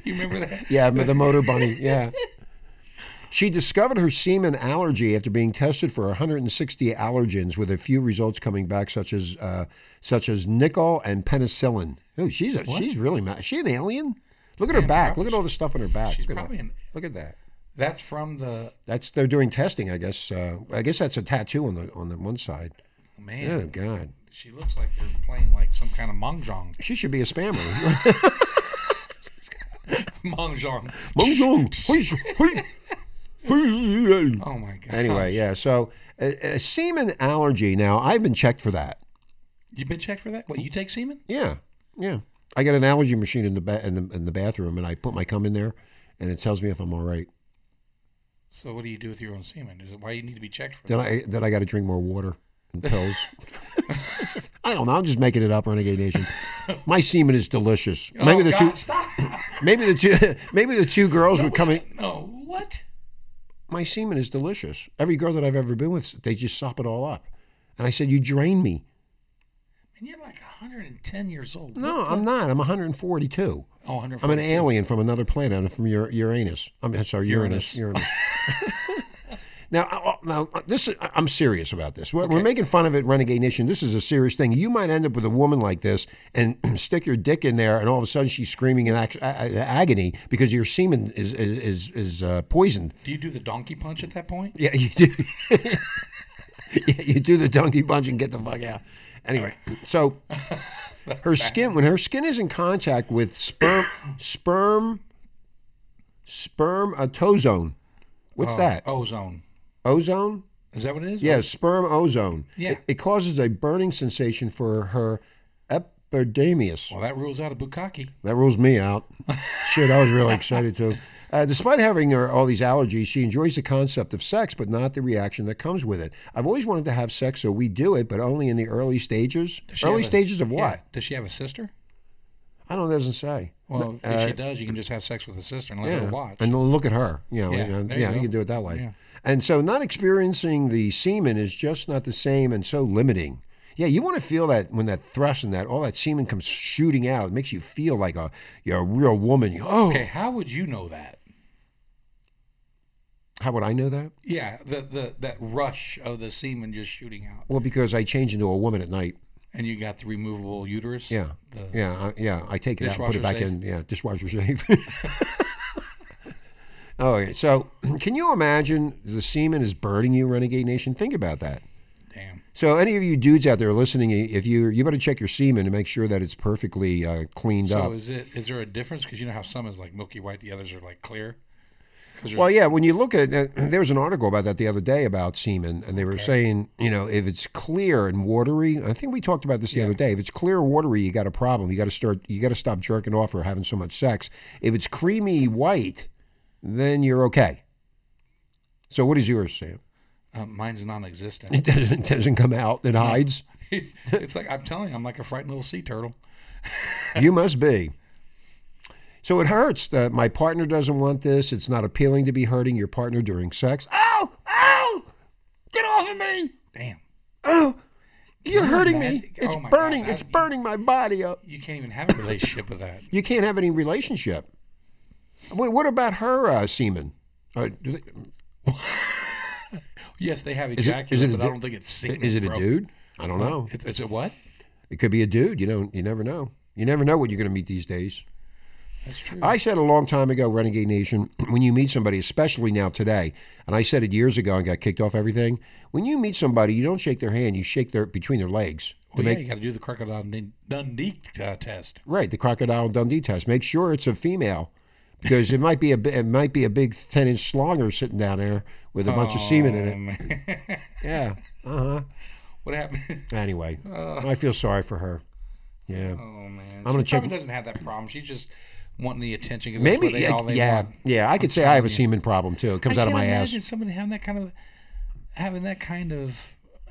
Speaker 5: You remember that?
Speaker 4: Yeah, the motor bunny. Yeah. She discovered her semen allergy after being tested for 160 allergens, with a few results coming back, such as uh, such as nickel and penicillin. Oh, she's a, she's really mad. Is she an alien? Look at her back. Look at all the stuff on her back.
Speaker 5: She's
Speaker 4: Look at,
Speaker 5: probably
Speaker 4: that.
Speaker 5: an.
Speaker 4: Look at that.
Speaker 5: That's from the
Speaker 4: That's they're doing testing, I guess. Uh, I guess that's a tattoo on the on the one side.
Speaker 5: man.
Speaker 4: Oh God.
Speaker 5: she looks like they're playing like some kind of mahjong. <laughs>
Speaker 4: She should be a spammer. <laughs>
Speaker 5: mahjong. <laughs> Oh my god.
Speaker 4: anyway, yeah. So a, a semen allergy. Now I've been checked for that.
Speaker 5: you've been checked for that? What you take semen?
Speaker 4: Yeah, yeah. I got an allergy machine in the ba- in the in the bathroom, and I put my cum in there, and it tells me if I'm all right.
Speaker 5: So what do you do with your own semen? Is it why you need to be checked for
Speaker 4: Then I then I got to drink more water and pills. I don't know. I'm just making it up, Renegade Nation. My semen is delicious.
Speaker 5: that?
Speaker 4: Maybe
Speaker 5: oh,
Speaker 4: the
Speaker 5: god,
Speaker 4: two,
Speaker 5: stop. <laughs>
Speaker 4: maybe the two, <laughs> maybe the two girls were coming.
Speaker 5: no, what?
Speaker 4: my semen is delicious. Every girl that I've ever been with, they just sop it all up. And I said, You drain me.
Speaker 5: And you're like 110 years old.
Speaker 4: No,
Speaker 5: What the-
Speaker 4: I'm not. I'm 142.
Speaker 5: Oh, 142.
Speaker 4: I'm an alien from another planet. I'm from Ur- Uranus. I'm sorry, Uranus. Uranus.
Speaker 5: <laughs>
Speaker 4: now, I- I- now, uh, this is, I- I'm serious about this. We're, we're making fun of it, Renegade Nation. This is a serious thing. You might end up with a woman like this and <clears throat> stick your dick in there, and all of a sudden she's screaming in ac- a- a- agony because your semen is is is, is uh, poisoned.
Speaker 5: Do you do the donkey punch at that point?
Speaker 4: Yeah, you do. <laughs> yeah, you do the donkey punch and get the fuck out. Anyway, so her skin when her skin is in contact with sperm sperm spermatozone. What's
Speaker 5: Oh.
Speaker 4: that?
Speaker 5: Ozone.
Speaker 4: Ozone?
Speaker 5: Is that what it is?
Speaker 4: Yeah, sperm ozone.
Speaker 5: Yeah.
Speaker 4: It, it causes a burning sensation for her epidermis.
Speaker 5: Well, that rules out a bukkake.
Speaker 4: That rules me out. Shit, I was really excited too. Uh, despite having her, all these allergies, she enjoys the concept of sex, but not the reaction that comes with it. I've always wanted to have sex, so we do it, but only in the early stages.
Speaker 5: Does she
Speaker 4: Early
Speaker 5: have a-
Speaker 4: stages of
Speaker 5: yeah.
Speaker 4: what?
Speaker 5: Does she have a sister?
Speaker 4: I don't. It doesn't say.
Speaker 5: Well, if
Speaker 4: uh,
Speaker 5: she does, you can just have sex with a sister and let
Speaker 4: yeah,
Speaker 5: her watch.
Speaker 4: and then look at her. You know,
Speaker 5: Yeah,
Speaker 4: you know,
Speaker 5: there you
Speaker 4: yeah, you,
Speaker 5: go.
Speaker 4: can do it that way.
Speaker 5: Yeah.
Speaker 4: And so, not experiencing the semen is just not the same, and so limiting. Yeah, you want to feel that when that thrust and that all that semen comes shooting out, it makes you feel like a you're a real woman. You- oh,
Speaker 5: okay, how would you know that?
Speaker 4: how would I know that?
Speaker 5: Yeah, the, the that rush of the semen just shooting out,
Speaker 4: Well, because I change into a woman at night.
Speaker 5: and you got the removable uterus.
Speaker 4: Yeah,
Speaker 5: The,
Speaker 4: yeah, I, yeah. I take it out and put
Speaker 5: Dishwasher
Speaker 4: it back
Speaker 5: safe?
Speaker 4: in. Yeah, dishwasher safe. <laughs> All right. So, <clears throat> can you imagine the semen is burning you, Renegade Nation? Think about that.
Speaker 5: Damn.
Speaker 4: So, any of you dudes out there listening, if you you better check your semen to make sure that it's perfectly uh, cleaned
Speaker 5: So
Speaker 4: up.
Speaker 5: is it is there a difference? Because you know how some is like milky white, the others are like clear. 'Cause there's-
Speaker 4: Well, yeah, when you look at uh, there was an article about that the other day about semen, and they were saying, you know, if it's clear and watery, I think we talked about this the other day. If it's clear and watery, you got a problem. You got to start. You got to stop jerking off or having so much sex. If it's creamy white, then you're okay. So what is yours, Sam? <laughs>
Speaker 5: uh, mine's non-existent.
Speaker 4: It doesn't, doesn't come out. It
Speaker 5: <laughs>
Speaker 4: hides.
Speaker 5: it's like I'm telling you, I'm like a frightened little sea turtle.
Speaker 4: you must be. So it hurts that my partner doesn't want this. It's not appealing to be hurting your partner during sex. Ah, Ow! Ow! Get off of me!
Speaker 5: Damn,
Speaker 4: Oh, you're
Speaker 5: you
Speaker 4: hurting me.
Speaker 5: imagine-
Speaker 4: It's
Speaker 5: oh my God,
Speaker 4: burning.
Speaker 5: that-
Speaker 4: it's burning my body up.
Speaker 5: you can't even have a relationship with that.
Speaker 4: You can't have any relationship. Wait, what about her uh, semen? Uh, do they,
Speaker 5: Yes, they have
Speaker 4: is, it,
Speaker 5: ejaculate,
Speaker 4: is it a
Speaker 5: but
Speaker 4: du-
Speaker 5: I don't think it's semen.
Speaker 4: Is it a
Speaker 5: bro.
Speaker 4: dude? I don't know.
Speaker 5: It's, it's a what?
Speaker 4: It could be a dude. You don't. You never know. You never know what you're going to meet these days.
Speaker 5: That's true.
Speaker 4: I said a long time ago, Renegade Nation, <clears throat> when you meet somebody, especially now today, and I said it years ago and got kicked off everything. When you meet somebody, you don't shake their hand; you shake their between their legs.
Speaker 5: well, yeah, you got to do the crocodile Dun- Dundee uh, test.
Speaker 4: Right, the crocodile Dundee test. Make sure it's a female, because it might be a bi- it might be a big ten inch slonger sitting down there with a bunch of semen
Speaker 5: Oh,
Speaker 4: in it. Yeah.
Speaker 5: What happened? <laughs>
Speaker 4: Anyway, I feel sorry for her. Yeah.
Speaker 5: Oh man,
Speaker 4: gonna
Speaker 5: she
Speaker 4: check-
Speaker 5: Probably doesn't have that problem. She's just wanting the attention. Cause
Speaker 4: Maybe.
Speaker 5: that's what they,
Speaker 4: yeah,
Speaker 5: all they
Speaker 4: yeah,
Speaker 5: Want.
Speaker 4: yeah, I could say I have a semen problem too. It comes
Speaker 5: I
Speaker 4: out of
Speaker 5: can't
Speaker 4: my
Speaker 5: imagine
Speaker 4: ass.
Speaker 5: somebody having that kind of having that kind of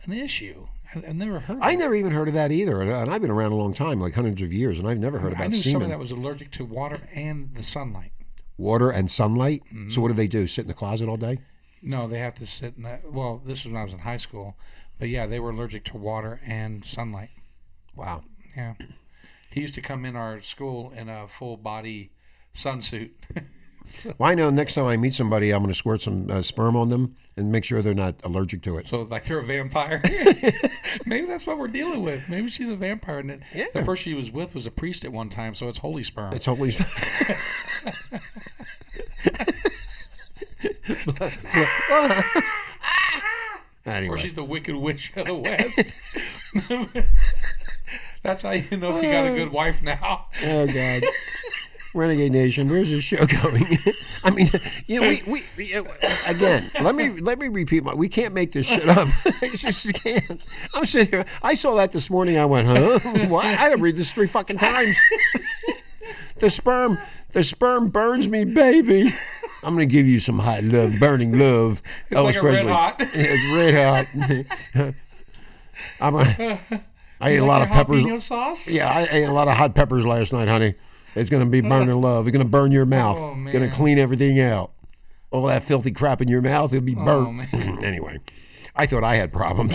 Speaker 5: an issue. I, I've never heard. Of
Speaker 4: I
Speaker 5: it.
Speaker 4: never even heard of that either, and- and I've been around a long time, like hundreds of years, and I've never heard
Speaker 5: I
Speaker 4: about
Speaker 5: knew
Speaker 4: semen,
Speaker 5: somebody that was allergic to water and the sunlight.
Speaker 4: water, and sunlight.
Speaker 5: Mm-hmm.
Speaker 4: So what do they do? Sit in the closet all day?
Speaker 5: No, they have to sit in that. Well, this is when I was in high school, but yeah, they were allergic to water and sunlight.
Speaker 4: Wow.
Speaker 5: Yeah, he used to come in our school in a full body sunsuit. <laughs>
Speaker 4: Well, I know next time I meet somebody, I'm going to squirt some uh, sperm on them and make sure they're not allergic to it.
Speaker 5: So like they're a vampire. <laughs> Maybe that's what we're dealing with. Maybe she's a vampire, and it, the person she was with was a priest at one time. So it's holy sperm.
Speaker 4: It's holy. Anyway.
Speaker 5: Or she's the Wicked Witch
Speaker 4: <laughs>
Speaker 5: of the West. <laughs> That's how you know if you got a
Speaker 4: Uh.
Speaker 5: good wife now.
Speaker 4: Oh God. Renegade Nation, where's this show <laughs> going? I mean, you know, we, we, we uh, again. Let me let me repeat my. We can't make this shit up. <laughs> I just can't. I'm sitting here. I saw that this morning. I went, huh? Why? I had to read this three fucking times. the sperm, the sperm burns me, baby. I'm gonna give you some hot love, burning love. It's
Speaker 5: like a
Speaker 4: <laughs>
Speaker 5: red hot.
Speaker 4: it's red hot. <laughs> I'm a, I ate a lot of
Speaker 5: Your
Speaker 4: peppers.
Speaker 5: jalapeno sauce.
Speaker 4: Yeah, I ate a lot of hot peppers last night, honey. It's gonna be burning love. It's gonna burn your mouth.
Speaker 5: Oh, man.
Speaker 4: Gonna clean everything out. All that filthy crap in your mouth, it'll be burnt.
Speaker 5: Oh, man.
Speaker 4: <clears throat> anyway, I thought I had problems. <laughs>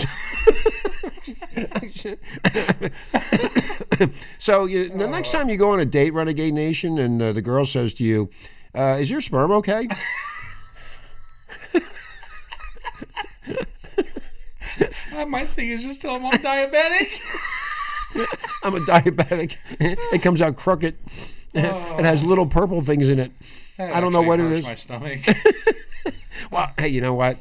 Speaker 4: so you,
Speaker 5: Oh.
Speaker 4: the next time you go on a date, Renegade Nation, and uh, the girl says to you, uh, "Is your sperm okay?" <laughs>
Speaker 5: Uh, My thing is just tell them I'm
Speaker 4: <laughs>
Speaker 5: diabetic.
Speaker 4: I'm a diabetic. <laughs> it comes out crooked. <laughs> it
Speaker 5: Oh.
Speaker 4: has little purple things in it.
Speaker 5: That
Speaker 4: I don't know
Speaker 5: actually
Speaker 4: what it
Speaker 5: hurts
Speaker 4: is.
Speaker 5: My
Speaker 4: <laughs>
Speaker 5: stomach.
Speaker 4: Well, hey, you know what?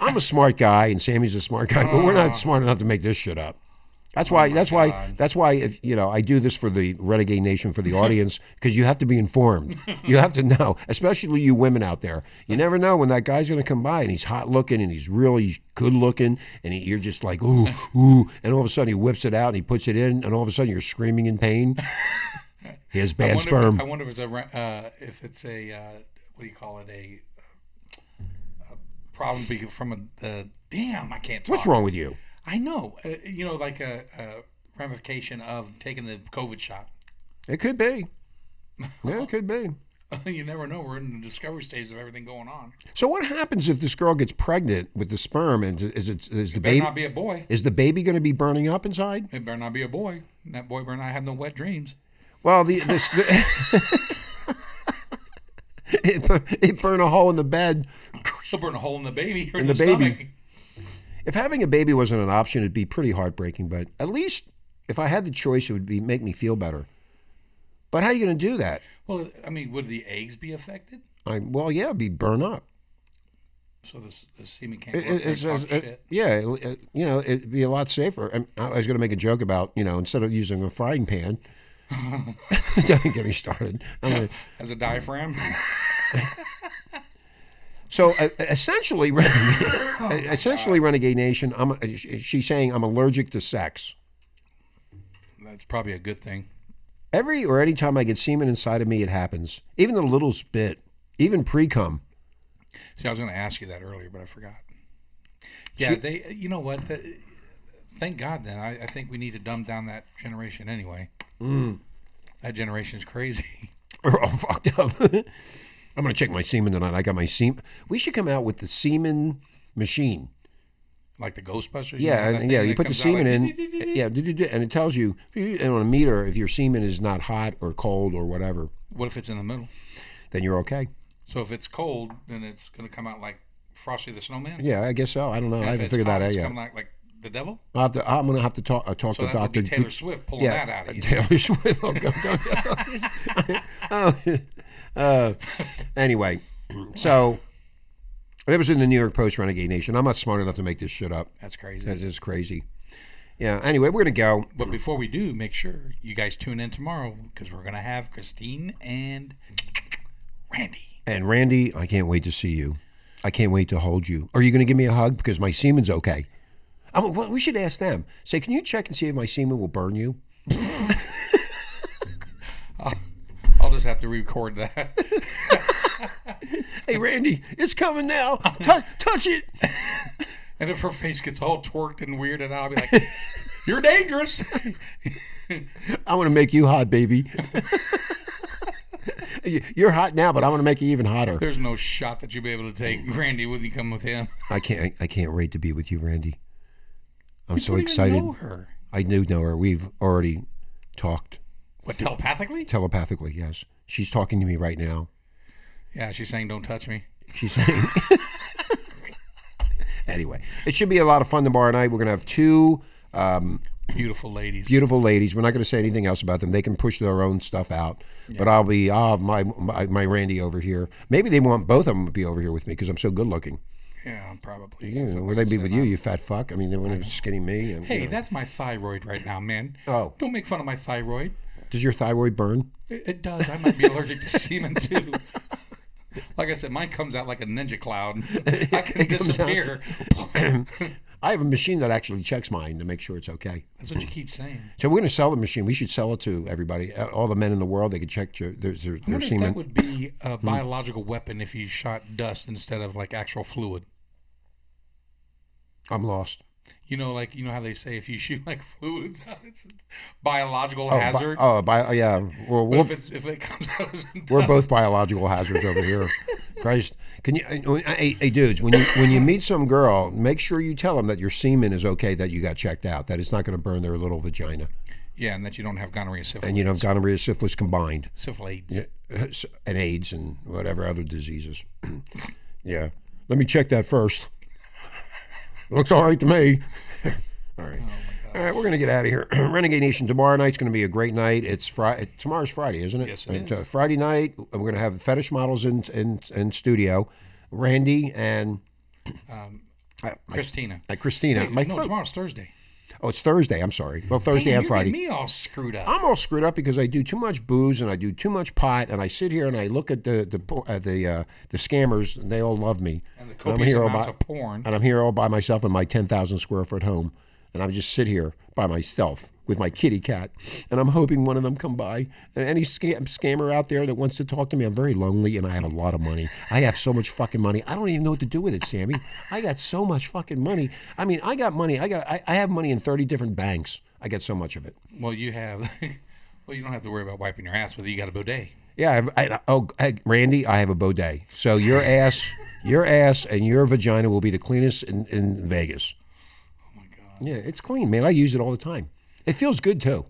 Speaker 4: I'm a smart guy, and Sammy's a smart guy, but we're
Speaker 5: Oh.
Speaker 4: not smart enough to make this shit up. That's why. that's why. That's why. If you know, I do this for the Renegade Nation, for the
Speaker 5: <laughs>
Speaker 4: audience, because you have to be informed. You have to know, especially you women out there. You never know when that guy's going to come by, and he's hot looking, and he's really good looking, and he, you're just like, ooh, ooh, and all of a sudden he whips it out and he puts it in, and all of a sudden you're screaming in pain. He has
Speaker 5: <laughs> I
Speaker 4: bad
Speaker 5: wonder if it-
Speaker 4: sperm.
Speaker 5: I wonder if it's a re- uh, if it's a uh, what do you call it a, a problem be- from a uh, damn I can't talk.
Speaker 4: What's wrong with you?
Speaker 5: I know uh, you know like a, a ramification of taking the COVID shot. <laughs>
Speaker 4: It could be. Yeah, it could be.
Speaker 5: you never know. We're in the discovery stage of everything going on.
Speaker 4: So what happens if this girl gets pregnant with the sperm? And is it is the
Speaker 5: Better
Speaker 4: baby
Speaker 5: not be a boy.
Speaker 4: is the baby going to be burning up inside?
Speaker 5: It better not be a boy. That boy better not have no wet dreams.
Speaker 4: Well, the this the, <laughs> it, bur- it burn a hole in the bed.
Speaker 5: He'll burn a hole in the baby or
Speaker 4: In
Speaker 5: in
Speaker 4: the
Speaker 5: the,
Speaker 4: baby.
Speaker 5: stomach.
Speaker 4: If having a baby wasn't an option, it'd be pretty heartbreaking. But at least if I had the choice, it would be make me feel better. But how are you going to do that?
Speaker 5: Well, I mean, would the eggs be affected?
Speaker 4: I, well, yeah, it'd be burn up.
Speaker 5: So the, the semen can't.
Speaker 4: It-
Speaker 5: go
Speaker 4: it-
Speaker 5: up there and
Speaker 4: it's-
Speaker 5: talk
Speaker 4: it's-
Speaker 5: shit.
Speaker 4: it- yeah, it- it- you know, it'd be a lot safer. And I was going to make a joke about, you know, instead of using a frying pan. <laughs> Don't get me started. I'm gonna-
Speaker 5: as a diaphragm. <laughs>
Speaker 4: so uh, essentially, <laughs>
Speaker 5: Oh
Speaker 4: Renegade, essentially, Renegade Nation. I'm. uh, sh- She's saying I'm allergic to sex.
Speaker 5: That's probably a good thing.
Speaker 4: Every or any time I get semen inside of me, it happens. Even the little bit, even pre <laughs> cum.
Speaker 5: See, I was going to ask you that earlier, but I forgot. Yeah, they. You know what? The, thank God. Then I, I think we need to dumb down that generation anyway.
Speaker 4: Mm.
Speaker 5: That generation's crazy. <laughs>
Speaker 4: We're all fucked up. <laughs> I'm going to check my semen tonight. I got my semen. We should come out with the semen machine.
Speaker 5: Like the Ghostbusters. you know,
Speaker 4: Yeah,
Speaker 5: that
Speaker 4: and,
Speaker 5: thing
Speaker 4: yeah. You
Speaker 5: that
Speaker 4: put the
Speaker 5: comes out
Speaker 4: semen
Speaker 5: like,
Speaker 4: in, yeah, and it tells you and on a meter if your semen is not hot or cold or whatever,
Speaker 5: What if it's in the middle?
Speaker 4: then you're okay.
Speaker 5: So if it's cold, then it's going to come out like Frosty the Snowman.
Speaker 4: Yeah, I guess so. I don't know. I
Speaker 5: If
Speaker 4: haven't
Speaker 5: it's
Speaker 4: figured
Speaker 5: hot,
Speaker 4: that out
Speaker 5: it's
Speaker 4: yet.
Speaker 5: coming out like the devil.
Speaker 4: I'll have to, I'm gonna have to talk. Uh, talk
Speaker 5: So
Speaker 4: to
Speaker 5: that would
Speaker 4: Doctor
Speaker 5: be Taylor Swift pulling
Speaker 4: yeah,
Speaker 5: that out of
Speaker 4: <laughs>
Speaker 5: you.
Speaker 4: Taylor Swift. Oh, God, don't-
Speaker 5: <laughs>
Speaker 4: oh, <laughs> uh, anyway, so that was in the New York Post, Renegade Nation. I'm not smart enough to make this shit up.
Speaker 5: That's crazy.
Speaker 4: That's just crazy. Yeah. Anyway, we're gonna go.
Speaker 5: But before we do, make sure you guys tune in tomorrow because we're going to have Christine and Randy.
Speaker 4: And Randy, I can't wait to see you. I can't wait to hold you. Are you going to give me a hug because my semen's okay? I mean, well, we should ask them. Say, can you check and see if my semen will burn you?
Speaker 5: I'll just have to record that.
Speaker 4: <laughs> Hey, Randy, it's coming
Speaker 5: <laughs>
Speaker 4: now. Touch, touch it.
Speaker 5: and if her face gets all twerked and weird, and I'll be like, <laughs> You're dangerous.
Speaker 4: I want to make you hot, baby. <laughs> You- You're hot now, but I want to make you even hotter.
Speaker 5: There's no shot that you'll be able to take Randy when you come with him.
Speaker 4: I can't. I can't wait to be with you, Randy. I'm so
Speaker 5: don't even
Speaker 4: excited.
Speaker 5: know her.
Speaker 4: I do know her. We've already talked
Speaker 5: What, telepathically?
Speaker 4: telepathically. Yes, she's talking to me right now.
Speaker 5: Yeah, she's saying, Don't touch me.
Speaker 4: She's <laughs> saying. anyway, it should be a lot of fun tomorrow night. We're going to have two um,
Speaker 5: Beautiful ladies.
Speaker 4: beautiful ladies. We're not going to say anything else about them. They can push their own stuff out. But I'll be, I'll have my, my my Randy over here. Maybe they want both of them to be over here with me because I'm so good looking.
Speaker 5: Yeah, probably.
Speaker 4: You know, where they be with you, you fat fuck? I mean, they want to skinny me. And, you
Speaker 5: Hey,
Speaker 4: know.
Speaker 5: that's my thyroid right now, man.
Speaker 4: Oh.
Speaker 5: Don't make fun of my thyroid.
Speaker 4: does your thyroid burn?
Speaker 5: It, it does. I might be allergic to
Speaker 4: <laughs>
Speaker 5: semen too. Like I said, mine comes out like a ninja
Speaker 4: <laughs>
Speaker 5: cloud. I can
Speaker 4: <clears throat>
Speaker 5: disappear.
Speaker 4: I have a machine that actually checks mine to make sure it's okay.
Speaker 5: That's what you keep saying.
Speaker 4: So we're going to sell the machine. We should sell it to everybody, uh, all the men in the world. They could check your, their, their,
Speaker 5: I
Speaker 4: their
Speaker 5: wonder if
Speaker 4: semen. Hmm.
Speaker 5: that would be a biological weapon if you shot dust instead of like actual fluid.
Speaker 4: I'm lost.
Speaker 5: You know, like you know how they say if you shoot like <laughs> fluids, out, it's a biological
Speaker 4: Oh, bi-
Speaker 5: hazard.
Speaker 4: oh bi- yeah. Well,
Speaker 5: but
Speaker 4: we'll
Speaker 5: if, it's, if it comes out as
Speaker 4: We're both biological hazards over
Speaker 5: <laughs>
Speaker 4: here. Christ, can you? uh, Hey, hey, dudes, when you when you meet some girl, make sure you tell them that your semen is okay, that you got checked out, that it's not going to burn their little vagina,
Speaker 5: yeah, and that you don't have gonorrhea, syphilis,
Speaker 4: and you know gonorrhea, syphilis combined,
Speaker 5: syphilis.
Speaker 4: and AIDS and whatever other diseases. <clears throat> yeah, let me check that first. Looks all right to me. <laughs> all
Speaker 5: Oh,
Speaker 4: right. all right, we're going to get out of here. <clears throat> Renegade Nation, tomorrow night's going to be a great night. It's Friday. Tomorrow's Friday, isn't it?
Speaker 5: Yes, it
Speaker 4: it
Speaker 5: is.
Speaker 4: Friday night, and we're going to have fetish models in in, in studio. Randy and
Speaker 5: Christina.
Speaker 4: uh, Christina.
Speaker 5: Wait,
Speaker 4: My
Speaker 5: no,
Speaker 4: throat-
Speaker 5: tomorrow's Thursday.
Speaker 4: Oh, it's Thursday. I'm sorry. Well, Thursday
Speaker 5: Damn,
Speaker 4: and
Speaker 5: you're
Speaker 4: Friday.
Speaker 5: getting me all screwed up.
Speaker 4: I'm all screwed up because I do too much booze and I do too much pot and I sit here and I look at the the po- uh, the uh, the scammers and they all love me.
Speaker 5: and the
Speaker 4: I'm
Speaker 5: copious
Speaker 4: here all
Speaker 5: amounts
Speaker 4: by-
Speaker 5: of porn.
Speaker 4: and I'm here all by myself in my 10,000 square foot home, and I just sit here by myself with my kitty cat, and I'm hoping one of them come by. And any scam, scammer out there that wants to talk to me, I'm very lonely, and I have a lot of money. I have so much fucking money. I don't even know what to do with it, Sammy. I got so much fucking money. I mean, I got money. I got. I, I have money in 30 different banks. I got so much of it.
Speaker 5: Well, you have. <laughs> well, you don't have to worry about wiping your ass with it. You got a bidet.
Speaker 4: Yeah. I have, I, oh, hey, Randy, I have a bidet. So your ass, your ass, and your vagina will be the cleanest in, in Vegas.
Speaker 5: Oh my god.
Speaker 4: Yeah, it's clean, man. I use it all the time. It feels good too.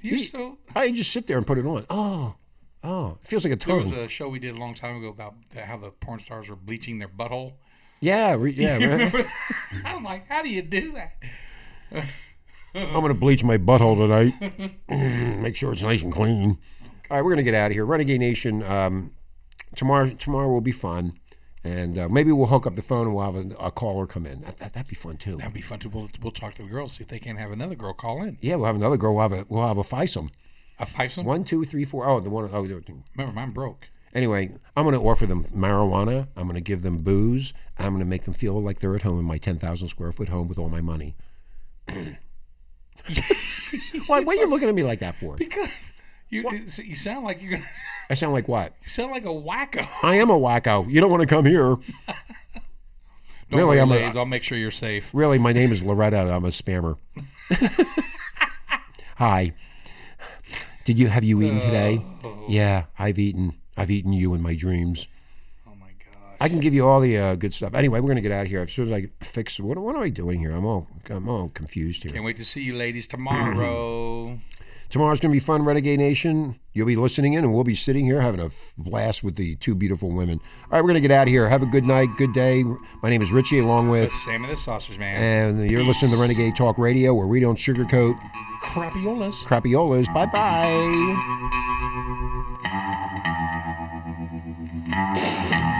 Speaker 5: You're so.
Speaker 4: I just sit there and put it on. Oh, oh, it feels like a
Speaker 5: There was
Speaker 4: tongue.
Speaker 5: a show we did a long time ago about the, how the porn stars were bleaching their butthole.
Speaker 4: yeah,
Speaker 5: <laughs>
Speaker 4: re- yeah. right.
Speaker 5: I'm like, how do you do that?
Speaker 4: I'm gonna bleach my butthole
Speaker 5: <laughs>
Speaker 4: tonight. <clears throat> Make sure it's nice and clean. All right, we're gonna get out of here. Renegade Nation. Um, tomorrow, tomorrow will be fun, and uh, maybe we'll hook up the phone and we'll have a, a caller come in. That, that, that'd be fun too.
Speaker 5: That'd be fun too. We'll, we'll talk to the girls, see if they can't have another girl call in.
Speaker 4: Yeah, we'll have another girl. We'll have a we'll have a fivesome.
Speaker 5: A fivesome?
Speaker 4: One, two, three, four. Oh, the one. Oh, the-
Speaker 5: Remember, mine broke.
Speaker 4: Anyway, I'm going to offer them marijuana. I'm going to give them booze. I'm going to make them feel like they're at home in my 10,000 square foot home with all my money. Why, what are you looking at me like that for?
Speaker 5: Because <laughs> you it's- you sound like you're gonna <laughs>
Speaker 4: I sound like what?
Speaker 5: you sound like a wacko.
Speaker 4: I am a wacko. You don't want to come here.
Speaker 5: Don't
Speaker 4: Really,
Speaker 5: worry,
Speaker 4: I'm a-
Speaker 5: ladies. i I'll make sure you're safe.
Speaker 4: Really, my name is Loretta and I'm a spammer. Hi. Did you have you eaten today? Yeah, I've eaten. I've eaten you in my dreams.
Speaker 5: Oh my god.
Speaker 4: I can give you all the uh, good stuff. Anyway, we're gonna get out of here as soon as I fix. What, what am I doing here? I'm all I'm all confused here.
Speaker 5: Can't wait to see you ladies
Speaker 4: <clears throat>
Speaker 5: tomorrow.
Speaker 4: Tomorrow's going to be fun, Renegade Nation. You'll be listening in, and we'll be sitting here having a f- blast with the two beautiful women. All right, we're going to get out of here. Have a good night, good day. My name is Richie, along with,
Speaker 5: That's Sam and the Sausage Man.
Speaker 4: and you're listening to Renegade Talk Radio, where we don't sugarcoat
Speaker 5: Crapiolas.
Speaker 4: crapiolas. Bye bye.